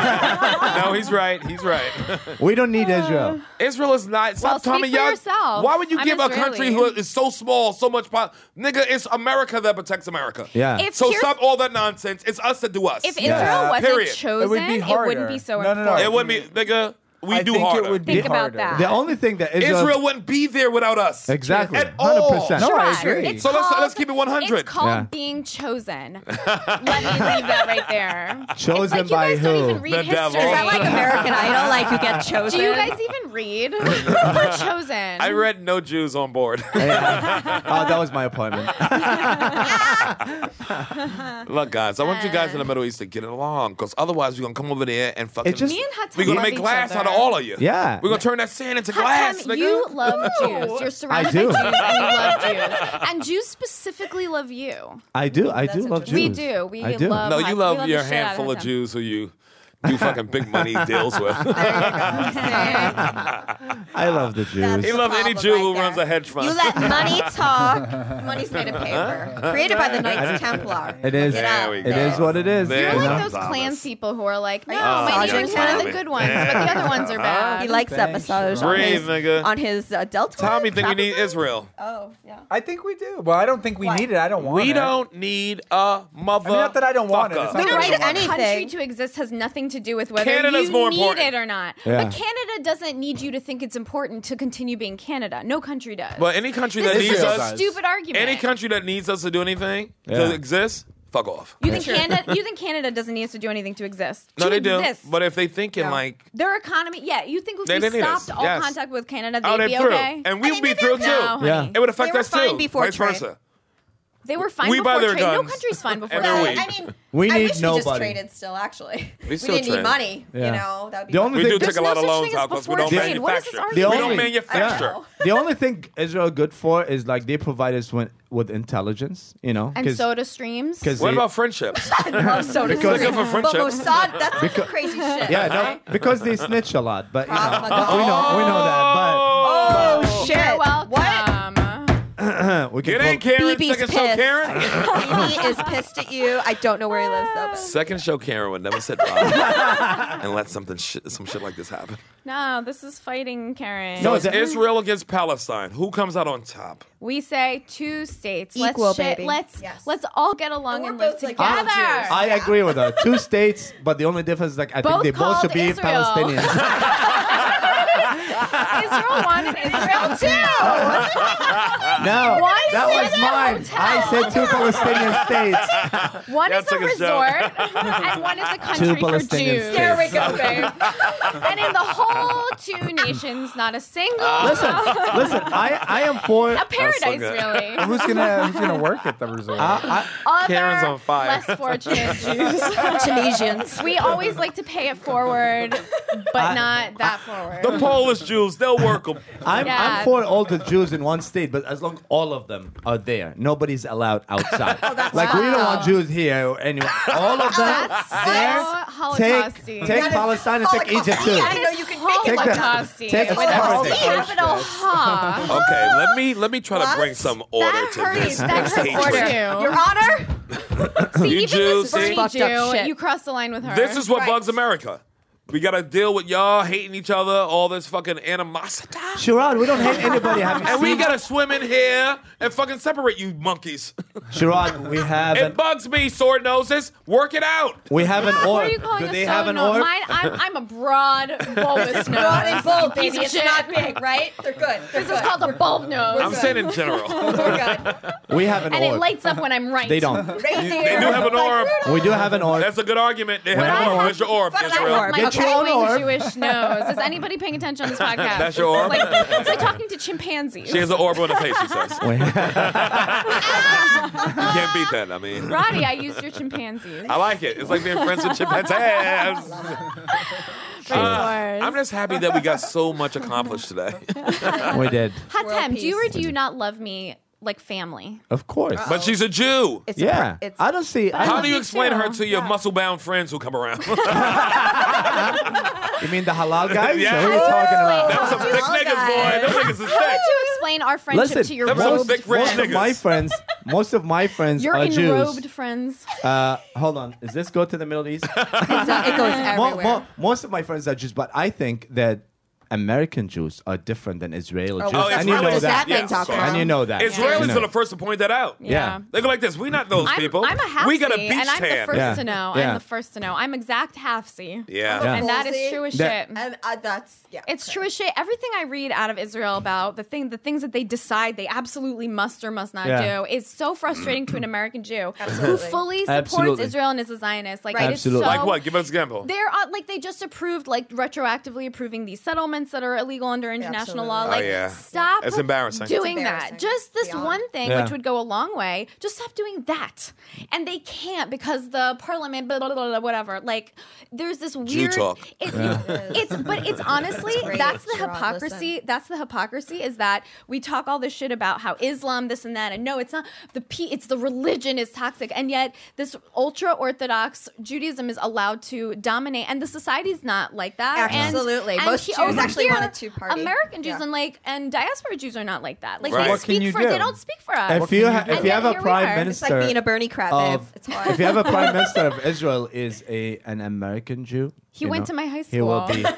S4: no, he's right. He's right.
S5: We don't need Israel.
S7: Uh.
S4: Israel is not. Stop,
S7: speak
S4: Tommy
S7: for
S4: Young.
S7: yourself.
S4: Why would you
S7: I'm
S4: give a country who
S7: Israeli.
S4: is so small so much? Po- Nigga, it's America that protects America.
S5: Yeah.
S7: If-
S4: So
S7: Here's-
S4: stop all that nonsense. It's us that do us.
S7: If Israel
S9: Yeah.
S7: wasn't
S4: Period.
S7: chosen,
S9: It would be
S7: not
S9: harder.
S7: be so
S9: No, no, no.
S7: important.
S4: it wouldn't be, nigga. We
S9: I
S4: do
S9: think
S4: harder.
S9: it would be
S7: Think about
S9: harder.
S7: that.
S5: the only thing that Israel,
S4: Israel wouldn't be there without us.
S5: exactly
S4: At all.
S5: 100%.
S9: No, I
S7: Sure.
S9: agree.
S7: It's
S4: So let's-
S7: called-
S4: let's keep it 100.
S7: It's called
S5: Yeah.
S7: being chosen. Let me leave that right there. It's
S5: chosen
S7: like you
S5: by
S7: guys
S5: who?
S7: don't even read
S4: The
S7: history.
S4: devil.
S6: Is that like American Idol? Like you get chosen?
S7: Do you guys even read? We're chosen.
S4: I read no Jews on board.
S7: Uh,
S5: Yeah. oh, that was my appointment.
S4: Look, guys, I want you
S7: uh.
S4: guys in the Middle East to get along, because otherwise we're gonna come over there and fucking.
S5: just-
S7: Me and Hatem
S4: we're gonna
S7: love
S4: make
S7: each
S4: glass
S7: other.
S4: out of all of you.
S5: Yeah.
S4: We're gonna turn that sand into glass,
S7: Hatem,
S4: nigga.
S7: you love Jews. You're surrounded by
S5: do.
S7: Jews and you love Jews. And Jews specifically love you.
S5: I do. I do
S6: That's
S5: love Jews.
S6: interesting.
S7: We do. We
S5: I do.
S7: love
S4: no, you
S7: Hatem. We
S4: love
S7: the
S4: your
S7: shit out
S4: handful of
S7: Hatem.
S4: Jews who you you fucking big money deals with.
S5: I love the Jews.
S4: He loves any
S6: Problem
S4: Jew who
S6: right
S4: runs
S6: there.
S4: a hedge fund.
S6: You let money talk. Money's made of paper. Created by the Knights Templar.
S5: It is.
S6: Get
S4: There
S6: out
S4: we
S5: It is what it is.
S4: There
S7: You're
S4: you
S5: you
S4: go.
S5: know?
S7: like those
S4: Bombas.
S7: Klans people who are like, no,
S6: Oh,
S7: my
S6: yeah,
S7: neighbor's one of the
S4: Tommy.
S7: good ones, but the other ones are
S6: He
S7: bad.
S6: likes that
S9: Thanks,
S6: massage on
S4: Breathe,
S6: his,
S4: nigga.
S6: on his uh, Delta.
S4: Tommy think we need
S6: trapezoid?
S4: Israel.
S6: Oh, yeah.
S9: I think we do. Well, I don't think we
S6: What?
S9: need it. I don't want
S4: We
S9: it.
S4: don't need a mother.
S9: I mean, not that I don't want it.
S4: fucker.
S9: It's
S6: We
S9: not
S6: don't
S9: that I
S6: need any-
S9: don't want it.
S7: country
S6: anything.
S7: to exist has nothing to do with whether
S4: Canada's
S7: you
S4: more
S7: need
S4: important.
S7: it or not.
S5: Yeah.
S7: But Canada doesn't need you to think it's important to continue being Canada. No country does.
S4: But any country
S7: this
S4: that
S7: is
S4: needs
S7: just
S9: Israel
S7: a
S4: us,
S9: does.
S7: stupid argument.
S4: any country that needs us to do anything
S5: Yeah.
S4: to exist, fuck off.
S7: You think Canada? You think Canada doesn't need us to do anything to exist?
S4: No,
S7: to
S4: they
S7: exist.
S4: do. But if they thinking like,
S7: their economy, yeah. You think if
S4: They
S7: we
S4: didn't need
S7: stopped
S4: us.
S7: all
S4: Yes.
S7: contact with Canada, they'd
S4: oh, they're
S7: be
S4: through,
S7: okay?
S4: and
S6: I
S4: we'd
S6: mean,
S4: be
S6: they
S4: through
S6: didn't
S4: too.
S7: know.
S5: Yeah.
S7: honey.
S4: It would affect
S6: They were
S4: us
S6: fine
S4: too.
S6: before
S4: vice
S6: trade.
S4: versa.
S7: They were fine
S4: We buy
S7: before
S4: their
S7: trade. No
S4: guns
S7: country's fine before
S4: every
S6: No,
S4: week.
S7: trade.
S6: I mean,
S5: We
S6: I
S5: need
S6: wish we just
S5: nobody.
S6: traded still, actually. We,
S4: still
S6: didn't
S4: trade.
S6: need money.
S5: Yeah.
S6: You know, that would be
S5: The only
S4: We
S5: They-
S4: do
S5: There's
S4: take a
S7: no
S4: lot of
S7: such
S4: loans
S7: thing as
S4: out because we
S7: before
S4: don't
S7: trade. What is this
S4: manufacture. We don't
S7: argument?
S5: The only-
S4: manufacture.
S6: I know.
S5: the only thing Israel good for is like they provide us with, with intelligence, you know.
S7: and
S5: 'cause-
S7: soda streams.
S5: 'cause
S4: What
S5: they-
S4: about friendships?
S6: I love soda
S5: Because-
S6: stream.
S4: Good for
S6: But
S4: friendships.
S6: Mossad, that's some crazy shit.
S5: Yeah,
S6: right?
S5: no, because they snitch a lot, but you know,
S6: Oh, my God.
S5: we know we know that.
S6: Oh, shit.
S7: You're welcome.
S6: What?
S5: But we
S4: Get
S5: can
S4: in,
S5: pull-
S4: Karen.
S6: BB's
S4: Second show,
S6: pissed.
S4: Karen.
S6: He is pissed at you. I don't know where he lives, though. but-
S4: Second show, Karen would never sit by and let something sh- some shit like this happen.
S7: No, this is fighting, Karen.
S5: No,
S4: So it's
S5: the-
S4: Israel against Palestine. Who comes out on top?
S7: we say two states.
S6: Equal,
S7: let's shit-
S6: baby.
S7: Let's
S6: Yes.
S7: let's all get along
S6: we're
S7: and, live
S6: both, like,
S7: together.
S6: all Jews.
S5: I agree with her. Two states, but the only difference is like I think
S7: Both
S5: they both should
S7: called
S5: be
S7: Israel.
S5: Palestinians.
S7: Israel wanted Israel too.
S5: No,
S7: Why is
S5: that
S7: it
S5: was
S7: in a
S5: mine.
S7: hotel?
S5: I said two Palestinian states.
S7: One
S4: Yeah,
S7: is a
S4: took a
S7: resort, and one is a country for Jews.
S5: Palestinian states.
S7: There we go, babe. and in the whole two nations, not a single
S5: Listen, listen, I, I am for.
S7: a paradise,
S4: Ah. good.
S7: really.
S9: Who's gonna Who's gonna work at the resort?
S4: Uh,
S5: I,
S7: Other
S4: Karen's on fire.
S7: less fortunate Jews.
S6: Tunisians.
S7: We always like to pay it forward, but not that forward.
S4: The Polish Jews. They'll work them.
S5: I'm,
S7: Yeah.
S5: I'm for all the Jews in one state, but as long all of them are there, nobody's allowed outside.
S7: Oh,
S5: like we don't
S7: wow.
S5: want Jews here or anywhere. All of them
S7: That's so
S5: there. Take,
S7: Holocausty.
S5: take Palestine and take Egypt too.
S6: I know you can make it
S5: Take
S6: like
S5: that.
S6: that.
S7: Holocausty.
S5: Take
S7: With
S5: everything.
S7: a capital ha.
S4: Okay, let me let me try to
S6: What?
S4: bring some order
S7: That
S4: to
S7: hurts.
S4: this.
S7: That
S4: this
S7: hurts
S4: hatred.
S7: order.
S6: Your Honor,
S7: See,
S4: You
S7: even
S4: Jews,
S7: this
S4: see?
S7: Bernie
S6: Fucked
S7: Jew,
S6: up shit.
S7: you cross the line with her.
S4: This is what
S6: Right.
S4: bugs America. We gotta deal with y'all hating each other, all this fucking animosity,
S5: Sherrod, we don't hate anybody. Have you
S4: and we
S5: seen?
S4: gotta swim in here and fucking separate you monkeys.
S5: Sherrod, we have
S4: It
S5: an,
S4: bugs me, sword noses. Work it out.
S5: we have an
S7: What
S5: orb.
S7: are you calling
S5: Do
S7: a
S5: they
S7: soda
S5: have an
S7: nose?
S5: orb?
S7: Mine, I'm, I'm a broad bulbous nose.
S6: broad and bold,
S7: Piece
S6: baby.
S7: of
S6: It's
S7: shit.
S6: not big, right? They're good. They're
S7: This is
S6: good.
S7: called a bulb nose.
S4: I'm saying in general.
S6: We're good.
S5: We have an
S7: and
S5: orb.
S7: it lights up when I'm right.
S5: they don't.
S6: Right there.
S4: They do have an orb.
S5: We do have an orb.
S4: That's a good argument. They
S5: Well,
S4: have an
S5: I
S4: orb.
S5: have-
S4: It's your orb,
S6: Fuck that
S4: Israel.
S6: orb.
S7: Like
S5: Get your own
S7: right-wing
S5: orb.
S7: Jewish nose. Is anybody paying attention on this podcast?
S4: That's your orb?
S7: It's like, it's like talking to chimpanzees.
S4: She has an orb on her face. She says, "You
S5: We-
S4: can't beat that." I mean,
S7: Roddy, I used your chimpanzees.
S4: I like it. It's like being friends with chimpanzees.
S7: Resource.
S4: I'm just happy that we got so much accomplished today.
S5: we did.
S7: Hot
S6: World
S7: time. Do you or
S6: peace.
S7: do you not love me like family?
S5: Of course.
S4: But she's a Jew.
S6: It's
S5: yeah.
S6: A, it's,
S5: I don't see. I
S4: How
S7: love
S4: do you
S7: you
S4: explain
S7: too.
S4: her to your muscle-bound friends who come around? That's
S5: you mean the halal guys?
S4: Yeah.
S5: What are you talking about?
S4: some thick
S6: Muscle
S4: niggas, boy.
S6: guy.
S4: Them niggas is
S7: How
S4: thick.
S7: would you explain our friendship
S5: Listen,
S7: to your
S4: Them some
S7: robed
S4: thick rich
S5: most
S7: friends?
S5: of my
S4: niggas.
S5: friends, most of my friends
S7: Your
S5: are
S7: enrobed
S5: Jews.
S7: friends.
S5: Uh, hold on, does this go to the Middle East?
S6: it's a, it goes
S5: Mo-
S6: everywhere.
S5: mo- most of my friends are Jews, but I think that American Jews are different than Israeli Jews,
S4: Oh,
S5: and you
S4: Israelis
S5: know
S4: is
S5: that.
S4: that- yeah,
S6: talk
S4: sorry.
S6: about?
S5: And you know that.
S4: Israelis
S5: You know.
S4: are the first to point that out.
S5: Yeah.
S4: They go like this. We not those
S7: I'm,
S4: people.
S7: I'm a halfsy,
S4: we got a beach
S7: and I'm
S4: tan.
S7: the first
S5: Yeah.
S7: to know.
S5: Yeah.
S7: I'm the first to know. I'm exact halfsy.
S4: Yeah.
S5: Yeah.
S7: And that is
S6: Halsey.
S7: true as
S5: That-
S7: shit.
S6: And uh, that's yeah.
S7: It's true as shit. Everything I read out of Israel about the thing, the things that they decide they absolutely must or must not
S5: Yeah.
S7: do, is so frustrating to an American Jew who
S6: Absolutely.
S7: fully supports
S5: Absolutely.
S7: Israel and is a Zionist. Like
S6: Right.
S7: it is
S5: Absolutely.
S7: so
S4: Like what? Give us an example.
S7: They're uh, like they just approved, like retroactively approving these settlements. comments that are illegal under international
S6: absolutely.
S7: law.
S6: Oh,
S7: Like,
S4: yeah.
S7: stop
S4: It's embarrassing.
S7: doing
S6: It's
S7: that.
S6: embarrassing.
S7: Just this
S6: Beyond.
S7: one thing,
S5: Yeah.
S7: which would go a long way, just stop doing that. And they can't because the parliament, blah, blah, blah, blah, whatever. Like, there's this weird.
S4: talk.
S7: It, it's, but it's honestly,
S6: great.
S7: that's the
S6: Sherrod,
S7: hypocrisy. That's the hypocrisy is that we talk all this shit about how Islam, this and that. And no, it's not the P, it's the religion is toxic. And yet, this ultra Orthodox Judaism is allowed to dominate. And the society's not like that. And-
S6: Absolutely.
S7: And,
S6: Most
S7: he-
S6: Jews
S7: over
S6: actually want
S7: here,
S6: a two-party.
S7: American Jews
S6: Yeah.
S7: and like and diaspora Jews are not like that. Like
S4: Right.
S7: they
S4: What
S7: speak
S9: can you
S7: for
S9: do?
S7: they don't speak for us.
S5: If you ha-
S7: And
S5: if you
S7: yet
S5: have a
S7: here we
S5: prime
S7: are.
S5: minister,
S6: It's like being a Bernie crab, babe.
S5: of-
S6: It's hard.
S5: if you have a prime minister of Israel is a an American Jew,
S7: He
S5: you
S7: went
S5: know,
S7: to my high
S5: He will be.
S7: school.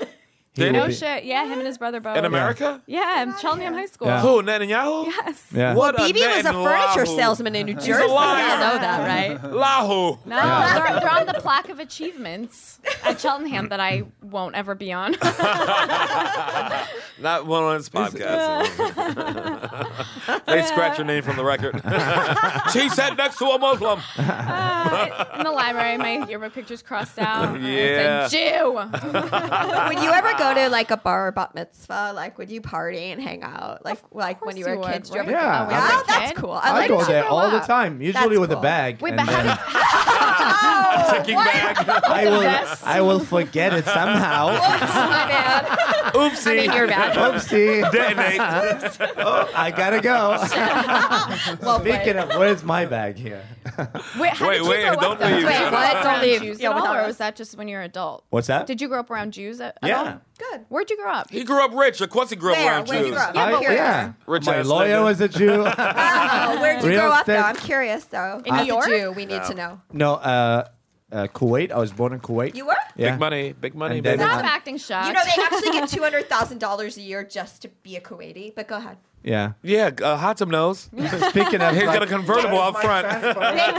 S5: He
S4: Did
S5: will
S4: he?
S7: no
S5: be-
S7: shit. Yeah, him and his brother both.
S4: In America?
S7: Yeah, in Cheltenham High School.
S5: Yeah.
S4: Who, Netanyahu?
S7: Yes.
S5: Yeah.
S4: What
S6: BB was a
S4: Netanyahu.
S6: furniture salesman in New Jersey. You all
S4: liar.
S6: know that, right?
S4: Lahu.
S7: No, they're, they're on the plaque of achievements at Cheltenham that I won't ever be on.
S4: Not one on this podcast. they scratch your name from the record. she sat next to a Muslim.
S7: in the library, my yearbook pictures crossed out. and
S4: Yeah.
S7: It said Jew.
S6: would you ever go to like a bar or bat mitzvah? Like, would you party and hang out? Like, like when you were a
S7: course
S6: kid?
S7: you
S6: Did you ever
S7: would,
S6: go-
S5: right?
S6: Oh,
S5: Yeah,
S6: yeah,
S5: I'm a
S6: that's
S7: kid.
S6: cool.
S5: I,
S6: like
S5: go
S6: that you
S5: there
S6: grew
S5: all the
S7: up.
S5: time, usually with a
S6: cool.
S5: bag.
S7: Wait,
S5: and
S7: but how
S5: then
S7: did,
S4: Taking back.
S5: I will.
S7: best.
S5: I will forget it
S7: oh,
S5: somehow.
S6: My bad.
S4: Oopsie.
S6: I mean, you're bad.
S5: Oopsie. Oh,
S4: Detonate.
S5: I gotta go.
S6: Well,
S5: Speaking of, where's my bag here?
S7: wait, how
S4: Wait,
S7: did you
S4: wait,
S7: grow up
S4: don't
S7: though?
S4: leave. Wait,
S6: what? Don't
S7: Around
S6: leave.
S7: Jews
S6: Yeah,
S7: at all,
S6: without
S7: or
S6: us.
S7: was that just when you were adult?
S5: What's that?
S7: Did you grow up around Jews at, at
S5: yeah.
S7: all?
S6: Good.
S7: Where'd you grow up?
S4: He grew up rich. Of course he grew up
S6: Where?
S4: around
S6: Where'd you
S4: Jews.
S6: grow up?
S5: I-
S6: I'm curious.
S5: yeah.
S4: Rich
S5: my
S4: ass
S5: lawyer
S4: nigga.
S5: was a Jew.
S6: Oh, where'd you
S5: Real
S6: grow up though?
S5: estate.
S6: I'm curious though.
S7: In New
S6: As a
S7: York?
S6: Jew, we need to know.
S5: no, uh, uh, Kuwait. I was born in Kuwait.
S6: You were?
S5: Yeah.
S4: Big money. Big money.
S5: And then-
S4: big money.
S7: Stop acting shocked.
S6: You know, they actually get two hundred thousand dollars a year just to be a Kuwaiti. But go ahead.
S5: Yeah.
S4: Yeah, uh, Hatem knows. He's
S5: Speaking
S4: got
S5: of,
S4: a
S5: like,
S4: convertible out front.
S6: Bank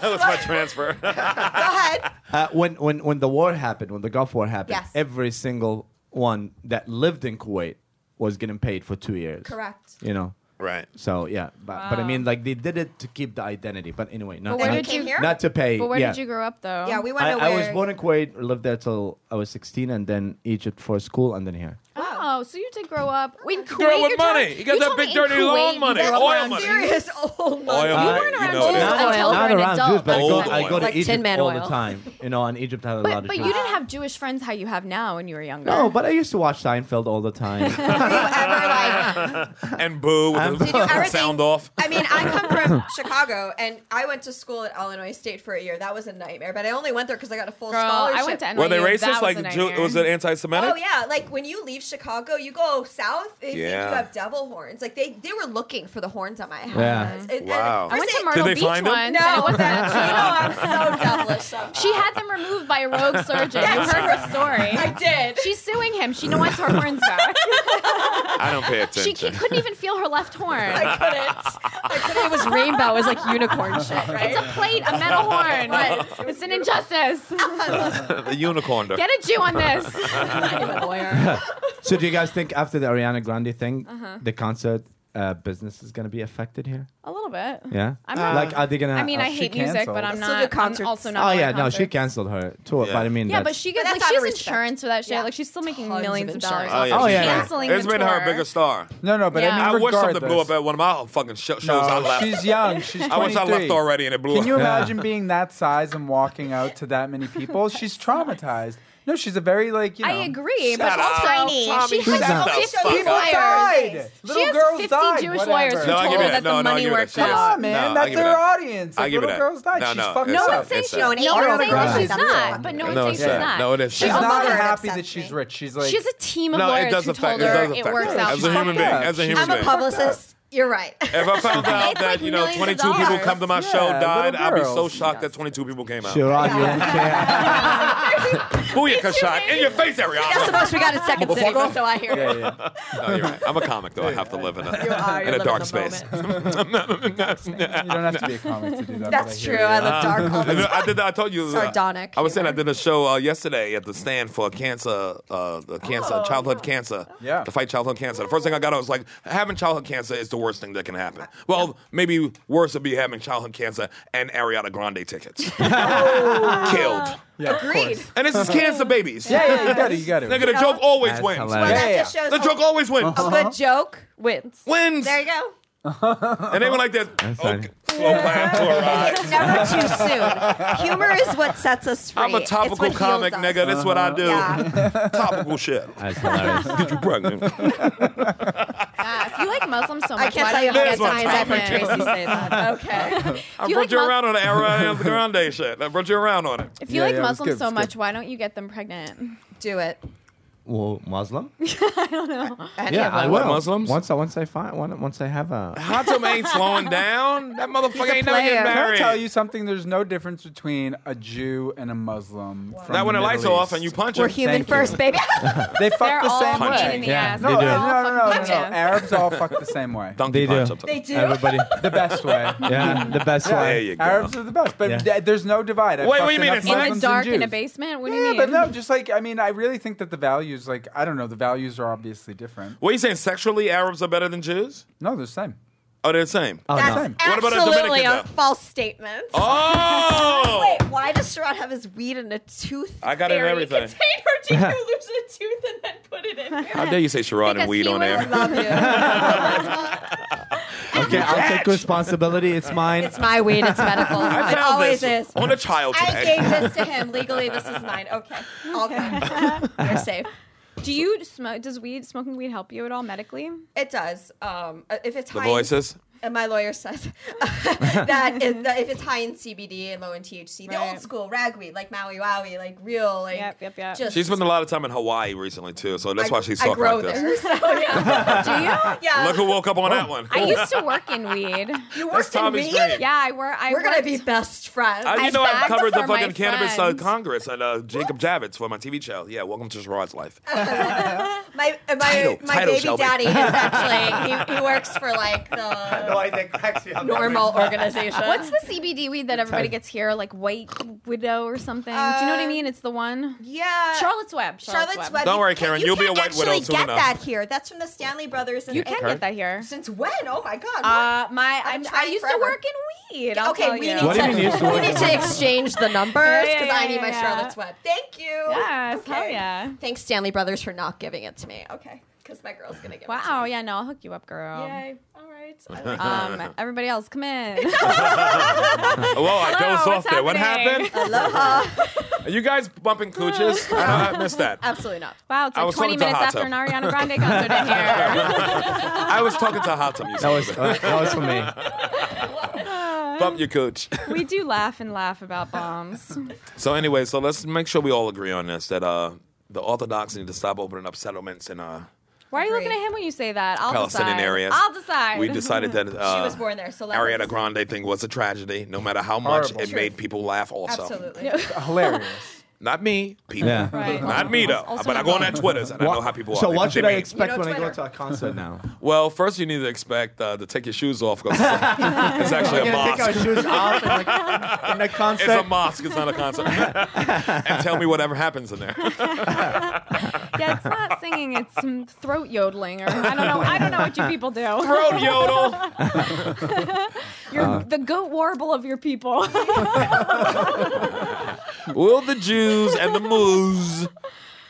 S4: That was my transfer.
S6: Go ahead.
S5: uh, when when when the war happened, when the Gulf War happened,
S6: Yes.
S5: every single one that lived in Kuwait was getting paid for two years.
S6: Correct.
S5: You know.
S4: right.
S5: So yeah, but, but I
S7: Wow.
S5: mean, like they did it to keep the identity. But anyway, not,
S7: But where
S5: not,
S7: did you-
S5: not to pay.
S7: But where
S5: yeah.
S7: did you grow up though?
S6: Yeah, we want
S5: I,
S6: to know
S5: I
S6: where.
S5: was born in Kuwait, lived there till I was 16, and then Egypt for school, and then here.
S7: Oh, so you did grow up in Kuwait.
S4: up with money.
S7: you're telling-
S4: You got that
S7: told
S4: big
S7: me
S4: dirty
S7: in Kuwait
S4: loan
S7: you
S4: money,
S7: grew up
S6: That's
S4: oil
S7: around
S4: money.
S7: Jews.
S6: serious Oh, old money.
S4: Oil money.
S7: weren't
S4: You
S7: around
S4: know
S7: Jews
S4: that.
S7: until
S5: not,
S7: you were
S5: not
S7: an
S5: around
S7: adult.
S5: Jews, but I go,
S4: Old
S5: I go to
S6: Like Tin
S5: Egypt
S6: Man
S5: all
S6: oil.
S5: the time. You know, and Egypt had a lot
S7: But,
S5: of
S7: but
S5: Jews.
S7: you didn't have Jewish friends how you have now when you were younger.
S5: no, but I used to watch Seinfeld all the time.
S6: Were you ever like?
S4: And boo with
S6: Did you ever
S4: the
S6: think-
S4: sound off.
S6: I mean, I come from Chicago, and I went to school at Illinois State for a year. That was a nightmare, but I only went there because I got a full
S7: Girl,
S6: scholarship.
S7: I went to NYU.
S4: Were they
S7: That
S4: racist?
S7: was
S4: Like
S7: a
S4: the Jew,
S7: nightmare.
S4: was it anti-Semitic?
S6: Oh yeah, like when you leave Chicago, you go south. They think
S4: Yeah.
S6: you have devil horns. Like they, they were looking for the horns on my head.
S5: Yeah.
S6: And- and
S4: Wow.
S7: I went
S6: first
S7: to
S6: they-
S7: Myrtle
S4: they
S7: Beach once.
S4: find them?
S7: and
S6: No,
S7: it wasn't
S6: you
S7: actually-
S6: know I'm so devilish. Sometimes.
S7: um, She had them removed by a rogue surgeon. you heard her
S6: I
S7: story.
S6: did.
S7: She's suing him. She wants her horns back.
S4: I don't pay
S7: she c-
S4: attention.
S7: couldn't even feel her left horn.
S6: I couldn't. I couldn't. It was rainbow. It was like unicorn shit, right?
S7: It's a plate, a metal horn. It's an injustice.
S4: the unicorn.
S7: Get a Jew on this.
S5: so do you guys think after the Ariana Grande thing,
S7: Uh-huh.
S5: the concert uh, business is going to be affected here?
S7: A little bit.
S5: Yeah?
S7: I'm not- Uh,
S5: like, are they going to...
S7: I mean, I hate music, but I'm
S6: Still
S7: not.
S6: do concerts.
S7: I'm also not.
S5: Oh,
S7: going
S5: yeah,
S7: to
S5: no, she
S7: concerts.
S5: canceled her tour,
S4: Yeah.
S5: but I mean...
S7: Yeah, but
S5: that's-
S7: she gets
S6: But
S7: like
S6: that's
S7: she
S6: out of
S7: has
S6: respect.
S7: insurance for that shit.
S6: Yeah.
S7: Like she's still making
S6: Tons of
S7: millions of dollars.
S6: insurance.
S5: yeah,
S6: Oh,
S5: she's
S7: She's
S5: right.
S7: canceling
S4: It's
S7: the
S4: made her a
S7: tour.
S4: bigger star.
S9: No, no, but
S7: Yeah.
S9: I
S4: I
S9: mean,
S4: wish
S9: regardless,
S4: something blew up at one of my fucking sho- shows.
S9: no,
S4: I left.
S9: she's young. She's 23.
S4: I wish I left already and it blew
S9: Can you
S4: up.
S9: imagine being that size and walking out to that many people? She's traumatized. No, she's a very like you know.
S7: I agree,
S4: Shut
S7: but
S4: up,
S7: also
S6: Tiny.
S7: she
S4: Tommy, shut
S7: has
S4: up.
S7: 50
S6: People
S7: lawyers.
S9: died.
S7: she
S9: Little
S7: has
S9: girls
S7: 50
S9: died,
S7: Jewish
S9: whatever.
S7: lawyers who
S4: No, I
S7: told
S4: give you that.
S7: that
S4: No,
S7: the
S4: no, I
S7: money
S4: give you that.
S7: works
S4: She is-
S9: Nah,
S7: out.
S4: No,
S9: man,
S4: I
S9: that's
S4: give
S9: her
S4: it up.
S9: audience.
S4: I
S9: Like,
S4: give
S9: little
S4: it up.
S9: girls died.
S4: No,
S9: she's
S4: no,
S9: fucking
S4: it's
S7: No
S4: up.
S7: one's
S9: up.
S7: saying
S4: It's up.
S7: she, no
S6: No, and
S7: one is
S6: Ariana
S7: saying
S6: Grande
S7: she's
S6: doesn't
S7: not,
S6: fucking
S7: but no
S6: know.
S7: one's
S4: No,
S7: saying
S4: it's
S7: she's
S4: not.
S7: not.
S4: No, it is.
S9: She's
S4: She's
S6: Don't
S9: not
S6: let her
S9: happy
S6: upset
S9: that she's
S6: me.
S9: rich. She's like,
S7: She's a team of
S4: No, it
S7: lawyers
S4: does
S7: who
S4: affect. It
S7: told
S4: does
S7: her
S4: affect.
S7: it works
S4: her.
S7: out.
S4: As
S7: She's
S4: a human
S7: fucked
S4: being.
S7: up.
S4: As a human
S6: I'm a
S4: being.
S6: publicist. You're right.
S4: If I found out
S7: It's
S4: that
S7: like
S4: you know
S7: millions of
S4: 22 people
S7: dollars.
S4: come to my
S9: Yeah,
S4: show died,
S9: little
S4: I'd be
S9: girls.
S4: so shocked that 22 people came out.
S5: Sharon, you don't care.
S4: Booyaka shot in your face,
S6: That's the
S4: Ariana.
S6: most we got in second city. So I hear.
S9: yeah, yeah.
S4: No, you're right. I'm a comic though. I have to live in
S6: You
S4: a
S6: are.
S4: in
S6: You're
S4: a
S6: living
S4: dark
S6: the
S4: space.
S6: moment.
S9: You don't have to be a comic to do that. but I
S6: That's
S9: hear
S6: true.
S9: you.
S6: I live dark all
S4: I
S6: the
S4: did-
S6: time.
S4: I did. I told you. uh,
S6: Sardonic
S4: I was saying I
S6: humor.
S4: did a show uh, yesterday at the stand for cancer, uh, the cancer,
S6: Oh,
S4: childhood cancer.
S9: Yeah.
S4: To fight childhood cancer. The first thing I got, I was like, having childhood cancer is the worst thing that can happen. Well,
S6: Oh,
S4: maybe worse would be having childhood cancer and Ariana Grande tickets. Killed.
S9: Yeah, of
S6: Agreed.
S9: course.
S4: And this is cancer babies.
S9: Yeah, yeah, you got it, you got it.
S4: Nigga, the joke always
S5: That's
S4: wins.
S5: hilarious.
S6: Well,
S9: Yeah,
S6: that
S9: yeah,
S6: just shows
S4: The
S6: a-
S4: joke always wins.
S6: a good joke wins.
S4: Wins.
S6: Oh. There you go.
S4: And they went like this.
S5: funny.
S4: Okay. Slow clap. All right.
S6: It's never too soon. Humor is what sets us free.
S4: I'm a
S6: It's
S4: topical
S6: what heals
S4: comic,
S6: us.
S4: nigga. This is what I do.
S6: Yeah.
S4: Topical shit.
S5: That's hilarious.
S4: Get you pregnant.
S7: If you like Muslims so much,
S6: I can't
S7: why
S6: tell you how many
S7: don't
S4: There's
S7: get
S4: my
S6: times I've heard
S7: pregnant?
S6: Tracy say that. Okay.
S4: I
S7: If you
S4: brought
S7: like
S4: you
S7: Mus-
S4: around on the Ariana Grande shit. I brought you around on it.
S7: If you
S9: Yeah,
S7: like
S9: yeah, it was
S7: Muslims
S9: good, it
S7: so
S9: was
S7: much,
S9: good.
S7: why don't you get them pregnant?
S6: Do it.
S5: Well, Muslim?
S6: Any
S5: Yeah,
S6: of them.
S5: I
S4: like
S5: will.
S4: Muslims.
S5: Once I once I find one, once I have uh, a.
S4: Hatem ain't slowing down. That motherfucker
S6: a
S4: ain't never getting
S6: player. Can I
S9: Can I
S4: married.
S9: tell you something? There's no difference between a Jew and a Muslim. from
S4: that when the
S9: Middle
S4: lights are off
S9: East.
S4: and you punch
S6: We're
S4: him.
S6: human
S9: Thank you.
S6: first, baby.
S9: they fuck
S7: They're
S9: the
S7: all
S9: same
S7: pain
S9: way.
S7: in the
S5: Yeah,
S7: ass.
S5: they do.
S7: They're all
S9: No, no, no,
S7: fucking
S9: no, no, no.
S7: punching.
S9: Arabs all fuck the same way.
S4: Donkey
S5: They do.
S4: punch sometimes.
S6: They do.
S5: Everybody.
S9: The best way.
S5: yeah, the best
S4: There
S5: way.
S4: you go.
S9: Arabs are the best, but
S5: Yeah.
S9: th- there's no divide. I
S4: Wait, what do
S9: fucked
S4: you mean
S9: enough
S4: it's not-
S9: Muslims
S7: In the dark,
S9: and
S7: in a
S9: Jews.
S7: basement? What do you
S9: Yeah,
S7: mean?
S9: but no, just like I mean, I really think that the values, like I don't know, the values are obviously different.
S4: What are you saying? Sexually, Arabs are better than Jews?
S9: No, they're the same.
S4: Oh, they're the same.
S5: Oh,
S6: That's
S5: no.
S4: What about a
S6: absolutely
S4: Dominican,
S6: a
S4: though?
S6: false statement.
S4: Oh!
S6: Wait, why does Sherrod have his weed in a tooth?
S4: I got it in
S6: fairy
S4: everything.
S6: Container? Did you lose a tooth and then put it in?
S4: How dare you say Sherrod
S7: Because
S4: and weed
S7: he
S4: on
S7: was
S4: air?
S6: Love you.
S5: Okay, I'll take responsibility. It's mine.
S6: It's my weed. It's medical.
S4: I
S6: it
S4: found
S6: always
S4: this
S6: is.
S4: on a child
S6: I
S4: today.
S6: gave this to him legally. This is mine. Okay, all good. You're safe.
S7: Do you smoke? Does weed smoking weed help you at all medically?
S6: It does. Um, uh, if it's
S4: The
S6: high
S4: voices.
S6: and my lawyer says that, is, that if it's high in CBD and low in THC, the
S7: Right.
S6: old school ragweed, like Maui Wowie, like real, like
S7: Yep, yep, yep.
S6: just.
S4: She's spent a lot of time in Hawaii recently, too, so that's
S6: I-
S4: why she's
S6: I
S4: talking
S6: grow
S4: like
S6: there.
S4: this.
S6: So, yeah.
S7: Do you?
S6: yeah.
S4: Look who woke up on that one.
S7: I used to work in weed.
S6: you
S4: That's
S6: worked in
S4: Tommy's
S6: weed.
S4: dream.
S7: Yeah, I work. I
S6: We're gonna
S7: worked-
S6: be best friends.
S4: I, Uh, you know, I
S7: back
S4: covered the
S7: for my
S4: fucking cannabis uh,
S7: friends.
S4: congress at uh, Jacob Javits for my TV show. Yeah, welcome to Sherrod's life.
S6: my my,
S4: Title,
S6: my
S4: title,
S6: baby
S4: Shelby.
S6: daddy is actually he, he works for like the normal organization.
S7: What's the CBD weed that everybody gets here? Like White Widow or something? Do you know what I
S6: Uh,
S7: mean? It's the one.
S6: yeah?
S7: Charlotte's Web.
S6: Charlotte's Web.
S4: Don't
S6: You
S4: worry,
S6: can't-
S4: Karen,
S6: you
S4: you'll be
S6: can't
S4: a white widow
S6: actually
S4: soon
S6: get
S4: enough.
S6: that here. That's from the Stanley Brothers. and
S7: You can get that here.
S6: Since when? Oh my god.
S7: Uh, my
S6: I've
S7: I'm,
S6: been
S7: I
S6: trying
S7: used to
S6: forever.
S7: work in weed. I'll
S6: okay,
S7: tell
S6: we
S7: you.
S6: need,
S5: What do
S6: to,
S5: you mean you used to
S6: we
S5: work
S6: need
S5: in-
S6: to exchange the numbers
S7: Yeah,
S6: because
S7: yeah,
S6: I need
S7: yeah,
S6: my
S7: yeah.
S6: Charlotte's Web. Thank you.
S7: Yes, hell yeah.
S6: Thanks, Stanley Brothers, for not giving it to me. Okay, because my girl's gonna get
S7: Wow. Yeah. No, I'll hook you up, girl.
S6: Yay. All right. I like
S7: Um, everybody else, come in.
S4: Whoa, Oh, I
S7: Hello,
S4: dozed off
S7: what's
S4: there. What
S7: happening?
S4: happened? Are you guys bumping cooches? I, I missed that.
S6: Absolutely not.
S7: Wow, it's
S4: I
S7: like
S4: was
S7: 20
S4: talking to
S7: minutes after
S4: Hatem.
S7: an Ariana Grande concert in here.
S4: I was talking to Hatem. You
S5: That
S4: said
S5: was uh, that was for me.
S4: bump your cooch.
S7: we do laugh and laugh about bombs.
S4: So anyway, so let's make sure we all agree on this that uh, the Orthodox need to stop opening up settlements in uh,
S7: Why are you
S6: Agreed.
S7: looking at him when you say that? I'll
S4: Palestinian
S7: decide.
S4: areas.
S7: I'll decide.
S4: We decided that uh,
S6: She was born there, so let her
S4: Ariana
S6: decide.
S4: Grande thing was a tragedy, no matter how much
S9: Horrible.
S4: it
S6: Truth.
S4: made people laugh. Also,
S6: Absolutely.
S9: Hilarious.
S4: not me, people,
S5: Yeah.
S7: Right.
S4: not me though.
S7: Also
S4: but I
S7: my
S4: go on
S7: mom.
S4: their Twitters and I know how people
S5: so
S4: are. They-
S5: what should
S4: they
S5: I
S4: mean.
S5: expect
S6: You know
S5: when I go
S6: Twitter.
S5: to a concert now?
S4: Well, first you need to expect uh, to take your shoes off because it's actually a
S5: gonna
S4: mosque.
S5: take our shoes off in the, in the concert.
S4: It's a mosque. It's not a concert. and tell me whatever happens in there.
S7: Yeah, it's not singing, it's some throat yodeling or I don't know. I don't know what you people do.
S4: Throat yodel.
S7: You're the goat warble of your people.
S4: Will the Jews and the Moors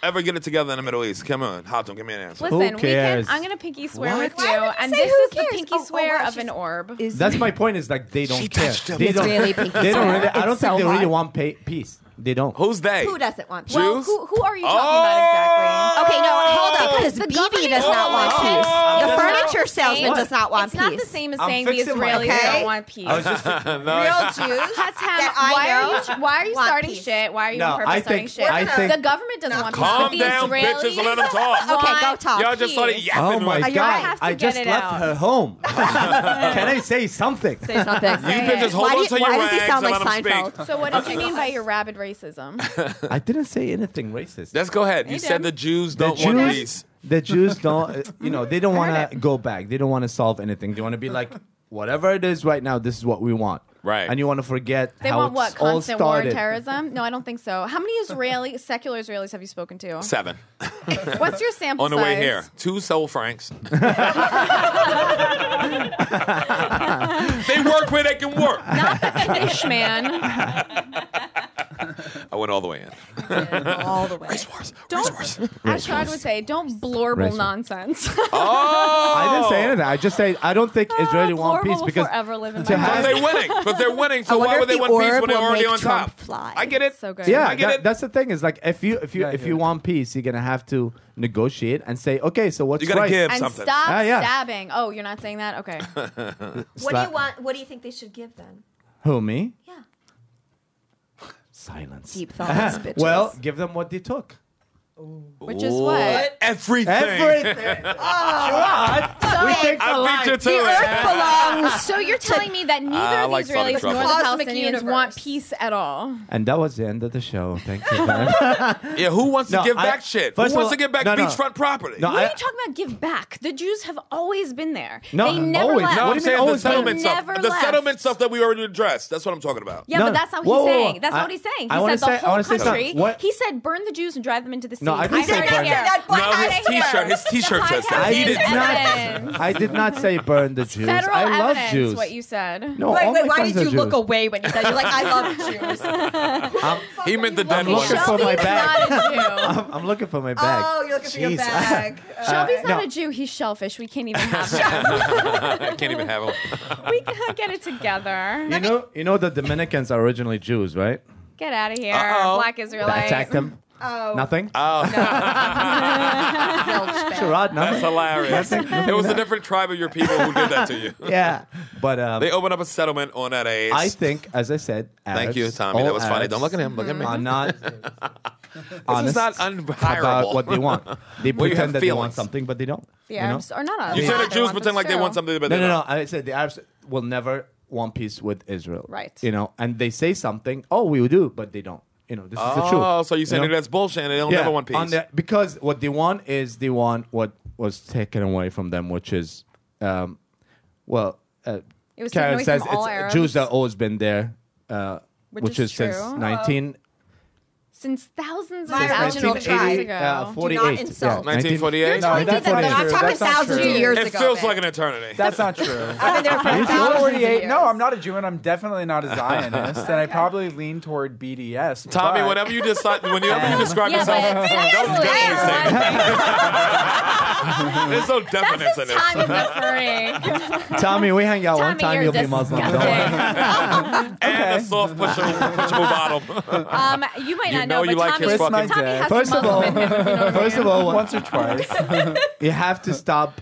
S4: ever get it together in the Middle East? Come on, Hatem, give me an answer.
S7: Listen, we can
S5: cares?
S7: I'm gonna pinky swear
S5: What?
S7: with you.
S6: Why would you
S7: And
S6: say
S7: this
S6: who
S7: is the
S6: cares?
S7: pinky
S6: Oh, oh,
S7: swear
S6: wow,
S7: of an
S6: she's-
S7: orb.
S5: That's my point. Is like they don't care. They don't.
S6: really pinky
S5: they don't
S6: swear.
S5: really. I don't
S6: It's
S5: think
S6: so
S5: they really
S6: hard.
S5: want pay, peace. They don't.
S4: Who's they?
S6: Who doesn't want peace?
S7: Well,
S4: Jews?
S7: who, who are you talking
S4: Oh!
S7: about exactly?
S6: Okay, no, hold up. Because
S7: The
S6: BB
S7: government
S6: does not want
S4: Oh.
S7: doesn't
S6: peace.
S4: want
S6: The
S4: peace.
S6: furniture salesman
S7: Oh. What?
S6: does not want
S7: It's
S6: peace.
S7: not the same as
S5: I'm
S7: saying the
S5: fixing my-
S7: Israelis
S6: Okay.
S7: don't want peace.
S6: Real Jews
S7: Hatem,
S6: that I
S7: why
S6: know.
S7: are you why are you
S6: want
S7: starting
S6: peace.
S7: shit? Why are you
S5: No,
S7: on purpose
S5: I think-
S7: starting shit?
S5: I think-
S7: the government doesn't want peace.
S4: Calm
S7: but the
S4: down,
S7: Israelis
S4: bitches, and let them talk.
S6: Okay, go
S7: want
S6: talk.
S4: Y'all just started
S7: peace.
S4: yapping.
S5: Oh my
S4: like,
S7: I
S5: god!
S7: have to
S5: I
S7: get
S5: just
S7: it
S5: left
S7: out.
S5: her home. Can I say something?
S6: Say something.
S4: You
S7: Say it.
S4: bitches, hold
S6: why
S4: on
S6: do-
S4: to your
S6: why
S4: rags
S6: does he sound
S4: and
S6: like
S4: let them speak.
S6: Seinfeld?
S7: So what did you mean by your rabid racism?
S5: I didn't say anything racist.
S4: Let's go ahead. You
S7: Hey,
S4: said
S7: Dan.
S4: the Jews
S5: the
S4: don't want
S5: Jews,
S4: peace.
S5: the Jews don't, uh, you know, they don't
S7: heard
S5: want to
S7: it.
S5: go back. They don't want to solve anything. They want to be like, whatever it is right now, this is what we want.
S4: Right.
S5: And you want to forget
S7: They
S5: how
S7: want
S5: it's
S7: what?
S5: all
S7: Constant war
S5: started.
S7: and terrorism? No, I don't think so. How many Israeli secular Israelis have you spoken to?
S4: Seven.
S7: What's your sample
S4: On the way
S7: size?
S4: here, two soul francs. they work where they can work.
S7: Not the Kiddush man.
S4: I went all the way in.
S7: all the way.
S8: Wars.
S7: Don't,
S8: Wars.
S7: as Sharad would say, don't blorble
S5: Race war.
S7: nonsense.
S4: Oh,
S5: I didn't say anything. I just say I don't think Israeli
S7: Ah,
S5: want
S7: blorble
S5: peace
S7: will
S5: because
S7: forever live in
S5: to
S7: my
S5: have-
S4: But
S7: heart.
S4: they're winning. But they're winning. So
S6: I
S4: why
S6: wonder
S4: would
S6: if
S4: they
S6: the
S4: want peace
S6: orb
S4: when they're
S6: will
S4: already
S6: make
S4: on
S6: Trump
S4: top?
S6: fly.
S4: I get it.
S7: So good.
S5: Yeah,
S4: I get
S5: that-
S4: it.
S5: that's the thing. Is like if you if you
S9: Yeah, I
S5: if
S9: hear
S5: you
S9: it.
S5: want peace, you're gonna have to negotiate and say, okay, so what's
S4: You gotta
S5: right?
S4: give
S7: and
S4: something.
S7: stop
S5: Ah, yeah.
S7: stabbing. Oh, you're not saying that? Okay.
S6: What do you
S5: Sla-
S6: want? What do you think they should give then?
S5: Who me?
S6: Yeah.
S5: Silence.
S6: Deep thoughts, bitches.
S5: Well, give them what they took.
S7: Which is what?
S4: Everything.
S5: Everything. Ah,
S7: So
S5: we
S7: wait,
S5: take the
S4: I
S5: line.
S4: beat you to
S6: the
S4: it.
S6: earth belongs.
S7: So you're telling me that neither
S4: I
S7: of
S4: like
S7: these
S4: Sonic
S7: Israelis nor
S4: Trouble.
S7: the
S6: Cosmic
S7: Palestinians
S6: universe.
S7: want peace at all.
S5: And that was the end of the show. Thank you. very much.
S4: Yeah, who wants
S5: No,
S4: to give
S5: I-
S4: back shit? Who
S5: first
S4: wants
S5: of all-
S4: to give back
S5: no, no.
S4: beachfront property?
S5: No,
S7: What
S5: I-
S7: are you talking about? Give back? The Jews have always been there.
S5: No,
S7: they never
S5: always.
S7: left.
S4: no,
S5: What
S4: I'm
S5: do you mean
S4: saying the
S5: always
S4: settlement
S5: been-
S4: stuff.
S7: Never
S4: The
S7: left.
S4: settlement stuff that we already addressed. That's what I'm talking about.
S7: Yeah,
S5: No,
S7: but that's not what
S5: whoa,
S7: he's
S5: whoa, whoa.
S7: saying. That's
S5: I-
S7: not what he's saying. He
S5: I wanna
S7: said the
S5: say- I
S7: whole
S5: wanna say
S7: country.
S5: something. What-
S7: He said burn the Jews and drive them into the sea.
S5: No, I didn't say
S7: heard
S5: burn
S7: it
S5: them.
S7: here.
S6: That boy
S4: No, his
S6: has hair.
S4: T-shirt. His T-shirt says
S7: podcast
S4: that. He
S7: is
S4: did
S7: ended.
S4: not.
S7: Evidence.
S5: not. I did not say burn the Jews.
S7: Federal
S5: I love
S7: evidence,
S5: Jews.
S7: what you said.
S5: no,
S6: Wait,
S5: all
S6: wait,
S5: my
S6: why
S5: friends
S6: did you
S5: are
S6: look
S5: Jews.
S6: away when you said you're like, I love Jews?
S4: He meant the dead
S5: I'm looking
S4: one.
S5: for my Uh,
S7: Shelby's
S5: bag.
S7: not a Jew.
S5: I'm, I'm looking for my bag.
S6: oh, you're looking for your
S5: Jeez.
S6: bag.
S7: Shelby's not
S5: no.
S7: a Jew. He's shellfish. We can't even have that.
S4: I can't even have him.
S7: we gotta get it together.
S5: You know, you know the Dominicans are originally Jews, right?
S7: Get out of here,
S4: Uh-oh.
S7: black
S5: That
S7: Israelites.
S5: attacked them.
S6: Oh,
S5: Nothing.
S6: zilch bag.
S5: Sherrod,
S4: That's
S5: nothing.
S4: hilarious. it was a different tribe of your people who did that to you.
S5: yeah, but um,
S4: They opened up a settlement on that ass.
S5: I think, as I said,
S4: Thank
S5: Arabs,
S4: you, Tommy.
S5: all
S4: That was funny.
S5: Arabs
S4: Don't look at him. Look at me.
S5: Are not
S4: This is
S5: honest
S4: not unhirable.
S5: about what they want. They
S4: Well, you have
S5: pretend that they want
S4: feelings.
S5: something, but they don't.
S7: The
S5: you know?
S7: Arabs are not us.
S4: You said
S7: They
S4: that Jews
S7: want
S4: pretend
S7: us
S4: like they
S7: too.
S4: want something, but
S5: No,
S4: they
S5: no,
S4: don't.
S5: no. I said the Arabs will never want peace with Israel.
S7: Right.
S5: You know, and they say something. Oh, we do, but they don't. You know, this is the truth.
S4: Oh, so you're saying
S5: know?
S4: that that's bullshit and they don't
S5: Yeah,
S4: never want
S5: on
S4: peace.
S5: the- because what they want is they want what was taken away from them, which is, um, well, uh,
S7: It was
S5: Karen
S7: taken away
S5: says
S7: from all
S5: it's,
S7: Arabs.
S5: Jews have always been there, uh, which,
S7: Which
S5: is,
S7: is
S5: since
S7: true.
S5: 19.
S7: since thousands of
S6: My
S5: since
S7: thousands
S6: original
S7: of
S5: 1980,
S7: years ago.
S5: uh, 48.
S6: Do not insult.
S4: 1948?
S9: No,
S6: Talking
S9: that's
S6: to
S9: not
S6: them. I'm
S9: true.
S6: talking
S9: That's not
S6: thousands of
S9: true.
S6: years
S4: It
S6: ago.
S4: feels
S6: babe.
S4: like an eternity.
S9: That's not true.
S6: I've been there for thousands of
S9: 48.
S6: years.
S9: No, I'm not a Jew, and I'm definitely not a Zionist, and I probably lean toward BDS.
S4: Tommy,
S9: but-
S4: whenever you decide, whenever you describe
S7: Yeah,
S4: yourself,
S7: but
S4: don't definitely
S7: seriously,
S4: say
S7: like,
S4: that. There's no
S7: that's
S4: definite in
S7: his
S4: this.
S7: time is referring.
S5: Tommy, we hang out one
S7: Tommy,
S5: time,
S7: you're
S5: you'll be Muslim. Don't worry.
S7: disgusting.
S4: And a soft pushable, pushable bottom.
S7: Um, you might
S4: You
S7: not
S4: know
S7: know,
S4: you
S7: but
S4: like
S7: Tommy,
S4: his
S9: Twist my
S7: Tommy
S4: fucking-
S9: dick.
S7: has
S5: First of
S7: some
S5: all,
S7: Muslim in him, you know what I
S5: first of
S7: mean?
S5: all,
S9: Once or twice.
S5: you have to stop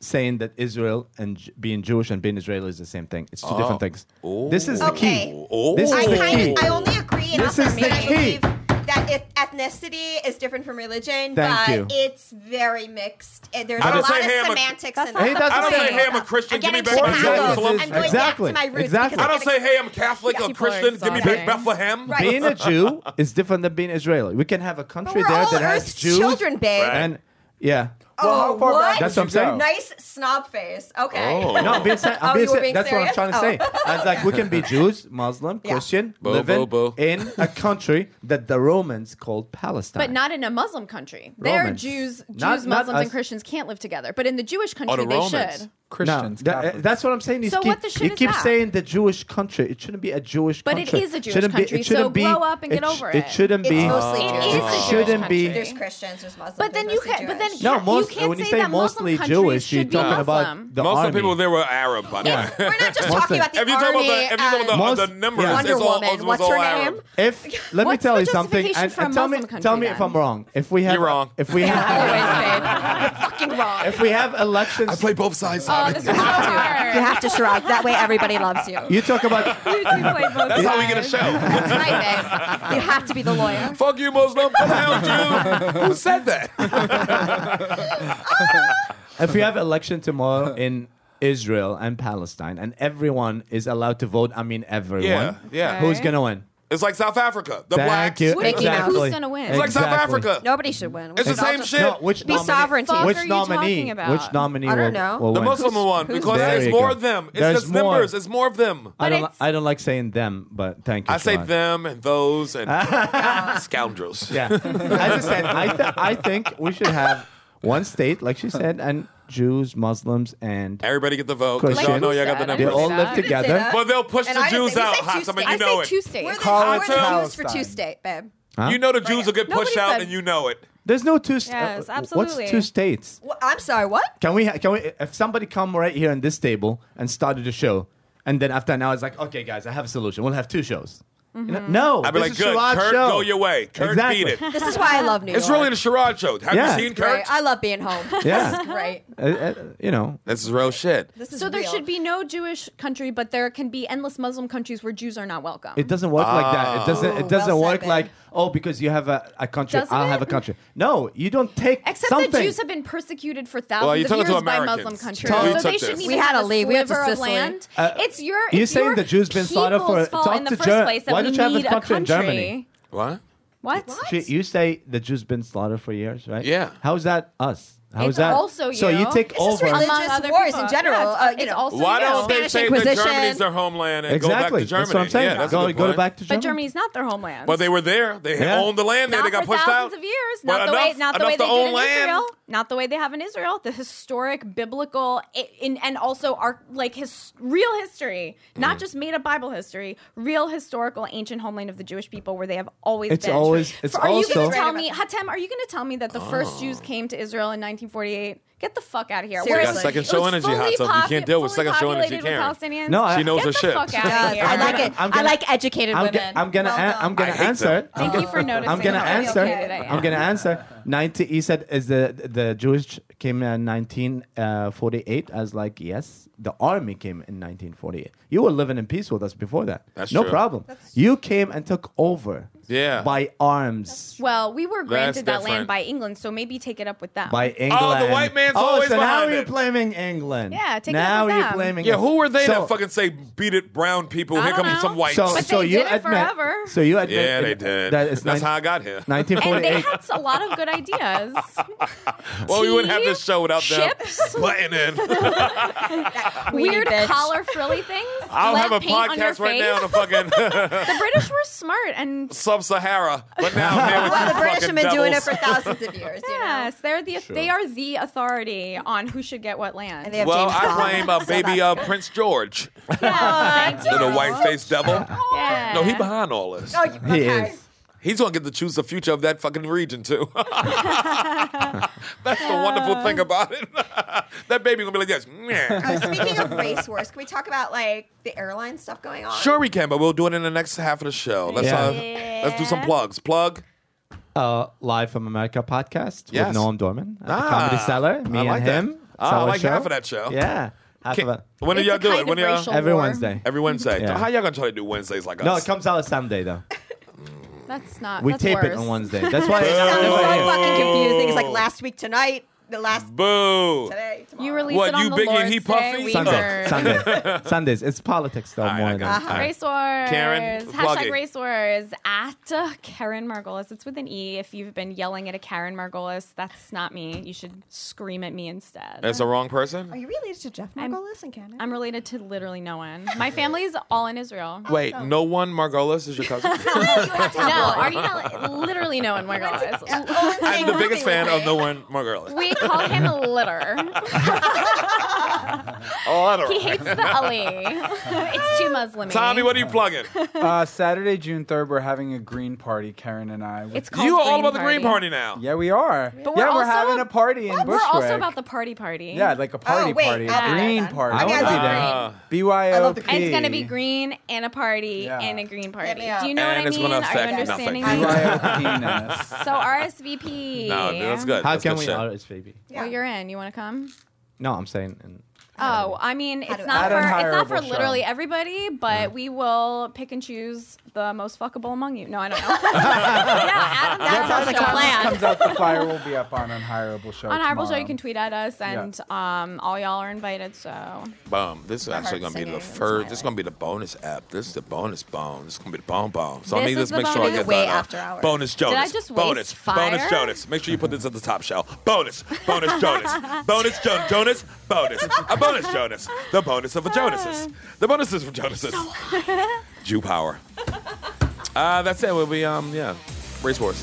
S5: saying that Israel and J- being Jewish and being Israeli is the same thing. It's two different things. This is the
S6: Okay.
S5: key.
S4: Oh.
S5: This
S6: I
S5: is the
S6: kind
S5: key.
S6: of, I only agree and
S5: This
S6: also
S5: is the
S6: admit I
S5: key.
S6: believe that if ethnicity is different from religion,
S5: Thank
S6: but
S5: you.
S6: it's very mixed. And there's
S4: I
S6: a
S4: don't
S6: lot
S4: say
S6: of
S4: ham, but-
S6: semantics
S7: That's
S6: in
S7: not-
S6: that.
S5: He doesn't
S4: I don't
S5: say,
S4: say, hey, I'm a Christian, give
S6: Again,
S4: me
S6: in
S4: back my
S6: Chicago,
S5: Exactly.
S4: Jerusalem.
S6: I'm going
S5: Exactly.
S6: back to my roots
S5: Exactly.
S4: I
S6: because
S4: don't say, hey, I'm Catholic, a
S7: People are
S4: Christian, give me back
S7: exhausting.
S4: Bethlehem.
S6: Right.
S5: Being a Jew is different than being Israeli. We can have a
S6: But
S5: country
S6: we're
S5: there
S6: all
S5: that has
S6: Earth's
S5: Jews
S6: children, babe.
S4: Right.
S5: and yeah.
S9: Well,
S6: Oh,
S9: how far
S6: what?
S9: back
S5: That's
S9: did
S5: what
S9: you
S5: I'm saying.
S9: go?
S6: Nice snob face. Okay.
S4: Oh.
S5: No, I'm being, ser- I'm
S6: Oh,
S5: being
S6: you were
S5: ser-
S6: being
S5: that's what I'm trying
S6: serious? Oh.
S5: to say. I was like, we can be Jews, Muslim, Christian,
S4: Boo,
S5: living
S4: boo, boo.
S5: in a country that the Romans called Palestine.
S7: But not in a Muslim country. There,
S5: Romans.
S7: Jews, Jews,
S5: Not-
S7: Muslims,
S5: not us.
S7: and Christians can't live together. But in the Jewish country,
S4: Oh, the
S7: they
S4: Romans.
S7: should.
S9: Christians.
S5: No, that-
S9: Catholics.
S5: that's what I'm saying. You
S7: So
S5: keep,
S7: what the shit
S5: you
S7: is
S5: keep
S7: that?
S5: saying the Jewish country. It shouldn't be a Jewish
S7: But it
S5: country.
S7: is a Jewish
S5: shouldn't
S7: country,
S5: It shouldn't
S7: so
S5: be,
S7: grow up and get
S5: sh-
S7: over it.
S5: It shouldn't
S6: It's
S5: be.
S6: mostly
S7: It
S6: Jewish.
S7: is a
S5: it
S7: Jewish
S5: shouldn't be.
S7: country.
S6: There's Christians, there's Muslims.
S7: But then
S6: there's
S7: you
S6: mostly
S7: can't. But then
S6: Jewish.
S5: No,
S7: can't-
S5: most,
S7: you can't
S5: when you
S7: say,
S5: say
S7: that Muslim
S5: mostly
S7: countries
S5: Jewish,
S7: should
S5: you're
S7: be
S5: talking
S7: Muslim.
S5: about the
S4: Most
S5: army.
S4: of the people there were Arab, by the way.
S6: We're not just talking about the
S4: If you talk about
S6: army um,
S4: the, if you talk
S6: and
S4: about the,
S5: Most-
S4: the numbers,
S5: yeah.
S4: it's
S6: Wonder
S4: all,
S6: Woman.
S4: it's
S6: What's
S4: all
S6: her
S4: Arab.
S6: name?
S5: If let me
S7: What's
S5: tell
S7: the
S5: you something,
S7: justification
S5: and,
S7: for
S5: and
S7: a
S5: tell me,
S7: Muslim
S5: tell me
S7: country,
S5: if
S7: then?
S5: I'm wrong. If we have,
S4: You're wrong.
S5: If we have,
S7: Always, babe.
S6: fucking wrong.
S5: if we have elections,
S4: both sides.
S7: Oh, this is so hard.
S6: You have to shrug. That way everybody loves you.
S5: you talk about.
S7: You two play both
S4: That's how we get a
S7: sides.
S4: show.
S6: That's right, babe. You have to be the lawyer.
S4: Fuck you, Muslim. Come out, Jew. Who said that?
S5: if we have election tomorrow in Israel and Palestine, and everyone is allowed to vote, I mean everyone.
S4: Yeah, yeah.
S5: Who's
S7: Okay.
S5: gonna win?
S4: It's like South Africa. The
S5: Thank
S4: blacks.
S5: you.
S4: It's
S6: Mickey Mouse.
S5: Exactly.
S7: Who's gonna win? It's
S4: like South
S5: Exactly.
S4: Africa.
S6: Nobody should win.
S4: It's the same shit.
S5: No, which
S6: Be
S5: nominee-
S6: sovereign.
S7: Fuck
S5: Which
S7: are you
S5: nominee?
S7: talking about?
S5: Which nominee?
S6: I don't
S5: will-
S6: know.
S5: will
S4: The
S5: win?
S4: Muslim one
S6: who's
S4: because
S5: There
S4: there's
S5: you
S4: more
S5: go.
S4: of them. It's
S5: There's
S4: just
S5: more.
S4: numbers. It's more of them.
S5: I
S7: But
S5: don't. Li-
S7: it's-
S5: I don't like saying them, but thank you.
S4: I say
S5: Sharad.
S4: them and those and scoundrels.
S5: Yeah. As I said, I, th- I think we should have one state, like she said, and Jews, Muslims, and
S4: Everybody get the vote.
S5: Christian.
S4: Y'all know y'all got the
S7: Said, I
S5: they
S4: numbers.
S7: didn't
S5: all
S7: say
S5: live
S6: You didn't
S7: that.
S6: say
S5: together.
S6: that.
S4: But they'll push
S6: And
S4: the
S6: I didn't
S4: Jews
S6: say- we
S4: out,
S6: say two
S4: Hot. Somebody,
S6: states.
S4: you
S7: I
S4: know
S7: say
S4: it.
S7: two
S6: We're the,
S7: states.
S9: Call it
S6: we're the Jews for
S9: Palestine.
S6: two state, babe.
S4: You know the Jews will get pushed
S7: Nobody
S4: out,
S7: said-
S4: and you know it.
S5: There's no two. St-
S7: Yes,
S5: uh,
S7: absolutely.
S5: What's two states?
S6: Wha- I'm sorry, what?
S5: Can we? ha- Can we? If somebody come right here on this table and started the show, and then after an hour, it's like, okay, guys, I have a solution. We'll have two shows. You know-
S7: Mm-hmm.
S5: No,
S4: I'd be
S5: this
S4: like,
S5: is
S4: good,
S5: Sherrod's
S4: Kurt,
S5: show.
S4: go your way. Kurt,
S5: exactly.
S4: beat it.
S6: This is why I love New
S4: It's
S6: York.
S4: really the Sherrod show. Have
S5: Yeah.
S4: you seen Kurt?
S6: Great. I love being home.
S5: Yeah.
S6: This is great.
S5: Uh, uh, you know,
S4: This is real shit.
S6: This is
S7: So there
S6: real.
S7: should be no Jewish country, but there can be endless Muslim countries where Jews are not welcome.
S5: it doesn't work like that. It doesn't.
S7: Ah.
S6: Ooh,
S5: It doesn't
S6: well said,
S5: work
S6: babe.
S5: like oh, because you have a, a country,
S7: Doesn't
S5: I'll
S7: it?
S5: have a country. No, you don't take
S7: Except
S5: something.
S7: that Jews have been persecuted for
S4: Well,
S7: thousands
S4: you're
S7: of
S4: talking
S7: years
S4: to
S7: by
S4: Americans.
S7: Muslim countries,
S4: Totally
S7: so
S4: took
S7: they
S4: this.
S7: shouldn't
S4: We
S7: even
S6: had
S7: have
S6: to leave. We went to
S7: sliver of
S6: Sicily.
S7: land.
S5: Uh,
S7: it's your
S5: You're
S7: it's
S5: saying
S7: your
S5: the Jews been slaughtered for-
S7: people's fault
S5: talk
S7: in the
S5: to
S7: first
S5: Ger-
S7: place that
S5: Why
S7: we
S5: don't you have a
S7: need a
S5: country in Germany?
S4: What?
S7: What?
S5: She- you say the Jews been slaughtered for years, right?
S4: Yeah.
S5: How's that us? How's
S7: It's
S5: that?
S7: also
S5: so you
S7: you.
S5: take
S7: It's
S5: over.
S6: just religion.
S7: Among
S6: Religious
S7: other
S6: wars
S7: people.
S6: in general,
S7: Yeah,
S6: uh,
S7: it's,
S6: you
S7: it's
S6: know.
S7: also
S4: Why
S7: you.
S4: don't they
S6: Spanish
S4: say that
S6: Inquisition.
S4: Germany's their homeland and go back
S5: exactly.
S4: to Germany?
S5: That's what I'm saying.
S4: Yeah, that's a
S5: go,
S4: good
S5: go
S4: point.
S5: back to
S7: But
S5: Germany.
S7: Germany's not their homeland.
S4: But they were there. They
S5: Yeah.
S4: owned the land there.
S7: not
S4: They got
S7: for
S4: pushed out.
S7: thousands of years.
S4: But
S7: Not the way,
S4: enough-
S7: not the
S4: enough
S7: way
S4: to
S7: they did
S4: own
S7: in
S4: land.
S7: Israel. Not the way they have in Israel. The historic, biblical, i- in, and also our like his real history, not
S4: Mm.
S7: just made up Bible history. Real historical, ancient homeland of the Jewish people, where they have always
S5: It's
S7: been.
S5: always- it's
S7: are you going
S5: also-
S7: to tell me, Hatem? Are you going to tell me that the
S4: Oh.
S7: first Jews came to Israel in 1948? Get the fuck out of here.
S6: Seriously.
S7: Whereas
S6: You got
S4: second
S7: it
S4: show
S7: was
S4: energy,
S7: fully
S4: Hatem. You
S7: popu-
S4: can't deal with
S7: fully
S4: second show energy,
S7: populated with Palestinians.
S5: No, I-
S4: She knows
S7: Get
S4: her
S7: the fuck
S4: shit.
S7: out of
S6: Yes,
S7: here.
S6: I
S5: I'm
S6: like
S5: gonna-
S6: it.
S5: I'm gonna-
S6: I like educated
S5: I'm,
S6: women.
S5: gonna, I'm gonna,
S6: Well
S5: an-
S6: done.
S5: I'm gonna
S4: I hate
S5: answer.
S4: them.
S5: it. I'm
S7: Thank
S5: gonna-
S7: you for noticing.
S5: I'm gonna
S7: how I feel
S5: answer.
S7: today.
S5: I'm gonna answer. Ninety. He said is the the Jewish came in 1948. I was like, yes, the army came in 1948. You were living in peace with us before that.
S4: That's
S5: no
S4: true.
S5: problem. you came and took over.
S4: Yeah.
S5: By arms.
S7: Well, we were
S4: That's
S7: granted that land
S4: different.
S7: by England, so maybe take it up with them.
S5: By England.
S4: white man's
S5: oh,
S4: always
S5: so now
S4: behind
S5: you're
S4: it.
S5: blaming England.
S7: Yeah, take it up
S5: now
S7: with
S5: you're
S7: them.
S5: blaming.
S4: Yeah, who were they
S5: So-
S4: that fucking say beat it brown people?
S7: I
S4: Here
S7: don't
S4: come
S7: know.
S4: some whites.
S5: So,
S7: But
S5: so
S7: they
S5: you
S7: did it
S5: admit,
S7: forever.
S5: So you admit.
S4: yeah, they did.
S5: that
S4: That's
S5: it's
S4: how I got here.
S7: and they
S5: 1948.
S7: had a lot of good ideas.
S4: Well, we wouldn't have
S7: tea,
S4: this show without them
S7: chips.
S4: butting in.
S7: Weird
S6: bitch.
S7: collar frilly things.
S4: I'll
S7: lead
S4: have a
S7: paint on your
S4: podcast right
S7: face.
S4: now on the fucking
S7: The British were smart and
S4: sub-Sahara, but now I'm here with
S6: Well,
S4: you
S6: the British
S4: fucking
S6: have been doing
S4: devils.
S6: it for thousands of years. you know?
S7: yes, they're the they are the authority on who should get what land.
S6: And they have
S4: Well,
S6: James
S4: I
S6: Bond,
S4: blame uh,
S6: so
S4: baby
S6: that's
S4: uh,
S6: good.
S4: Prince George,
S7: Yeah, thank
S4: little
S7: you.
S4: white-faced devil.
S7: Yeah.
S4: No, he behind all this.
S6: Oh, you-
S5: He
S6: okay.
S5: is.
S4: He's gonna get to choose the future of that fucking region too. That's the wonderful thing about it. that baby gonna be like this. "Meh."
S6: Uh, speaking of race wars, can we talk about like the airline stuff going on?
S4: Sure, we can, but we'll do it in the next half of the show. Let's uh, let's do some plugs. Plug.
S5: uh, live from America podcast
S4: Yes.
S5: with Noam Dorman at the
S4: Ah,
S5: Comedy Cellar. Me
S4: I like
S5: and
S4: that.
S5: him.
S4: Ah,
S5: It's
S4: I
S5: our
S4: like half of that show.
S5: Yeah, half
S4: Can-
S5: of it.
S4: when do
S7: It's
S4: y'all
S7: a
S4: do
S7: kind
S4: it?
S7: of
S4: When do y'all?
S7: racial-
S5: Every
S7: war.
S5: Wednesday.
S4: Every Wednesday.
S5: Yeah.
S4: How y'all gonna try to do Wednesdays like
S5: no,
S4: us?
S5: it comes out Sunday though.
S7: That's not.
S5: We
S7: that's
S5: tape it
S7: worse.
S5: on Wednesday. That's why.
S6: It sounds so
S4: Oh.
S5: Everybody-
S6: fucking confusing. It's like last week tonight, the last
S4: Boo.
S6: today, tomorrow.
S7: You release
S4: What,
S7: it on
S4: you
S7: the
S4: Biggie and
S7: Lord's
S4: he
S7: Day.
S4: Puffy?
S7: We
S5: Sunday,
S7: were-
S5: Sunday, Sundays. It's politics though.
S4: All right, I got
S5: more
S4: it.
S5: than
S6: Uh-huh.
S4: All right.
S7: Race Wars.
S4: Karen, plug it.
S7: Hashtag Race Wars at uh, Karen Margolis. It's with an E. If you've been yelling at a Karen Margolis, that's not me. You should scream at me instead.
S4: That's the wrong
S6: Are
S4: person.
S6: you related to Jeff Margolis in Canada?
S7: I'm related to literally no one. My family's all in Israel.
S4: Wait, no one Margolis is your cousin.
S7: No, are you not? Literally no one Margolis.
S6: Oh,
S4: I'm the biggest fan of no one Margolis.
S7: We call him Litter.
S4: Oh, I don't
S7: He
S4: know.
S7: hates the Ali. It's too Muslim.
S4: Tommy, what are you plugging?
S9: Uh, Saturday, June third, we're having a green party. Karen and I.
S7: It's called
S4: you are all about the Green Party now.
S9: yeah, we are.
S7: But
S9: yeah,
S7: we're
S9: we're
S7: also
S9: having
S7: a-
S9: a party in
S7: We're
S9: Bushwick.
S7: also about the party party.
S9: yeah, like a party
S6: oh, wait,
S9: party,
S6: I'll
S9: a
S6: be there
S9: green
S6: then.
S9: party.
S5: I
S6: I mean, I
S5: wanna be
S6: love
S5: there.
S6: green.
S4: Uh,
S9: BYOP.
S6: I love the
S7: And it's gonna be green and a party
S9: Yeah.
S7: and a green party.
S6: me up.
S7: Do you know
S4: And
S7: what I
S4: it's
S7: mean?
S4: gonna
S7: Are
S4: affect
S7: you understanding
S4: nothing.
S7: me?
S9: BYOP-ness.
S7: So RSVP.
S4: no, dude, that's good.
S5: How
S4: That's
S5: can
S4: good
S5: we?
S4: shit.
S5: Oh, it's baby.
S7: Well, you're in. You want to come?
S5: No, I'm saying. And,
S7: Oh, I mean, it's
S6: do-
S7: not
S9: At an
S7: for it's not for
S9: hireable show.
S7: literally everybody, but we will pick and choose the most fuckable among you. No, I don't know. yeah, Adam, that sounds like a plan.
S9: comes out, the flyer will be up on Unhirable Show.
S7: On Hireable Show,
S9: tomorrow.
S7: you can tweet at us, and um, all y'all are invited. So
S4: Boom. This is actually gonna be the
S6: singing and
S4: first. This is gonna be the bonus app. This is the bonus bone. This is gonna be the bone bone. So I
S7: This
S4: need
S7: is
S4: to
S7: the
S4: make sure I
S7: bonus?
S4: get
S6: Way
S4: that. uh,
S6: after hours.
S4: Bonus Jonas.
S7: just waste
S4: bonus. Bonus
S7: fire?
S4: Jonas. Make sure you put this at the top shelf. Bonus. Bonus Jonas. bonus jo- Jonas. Bonus. A bonus Jonas. The bonus of a Jonases. The bonuses for Jonases. Jew power. Uh, that's it. We'll be um yeah, race wars.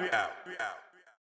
S4: We out.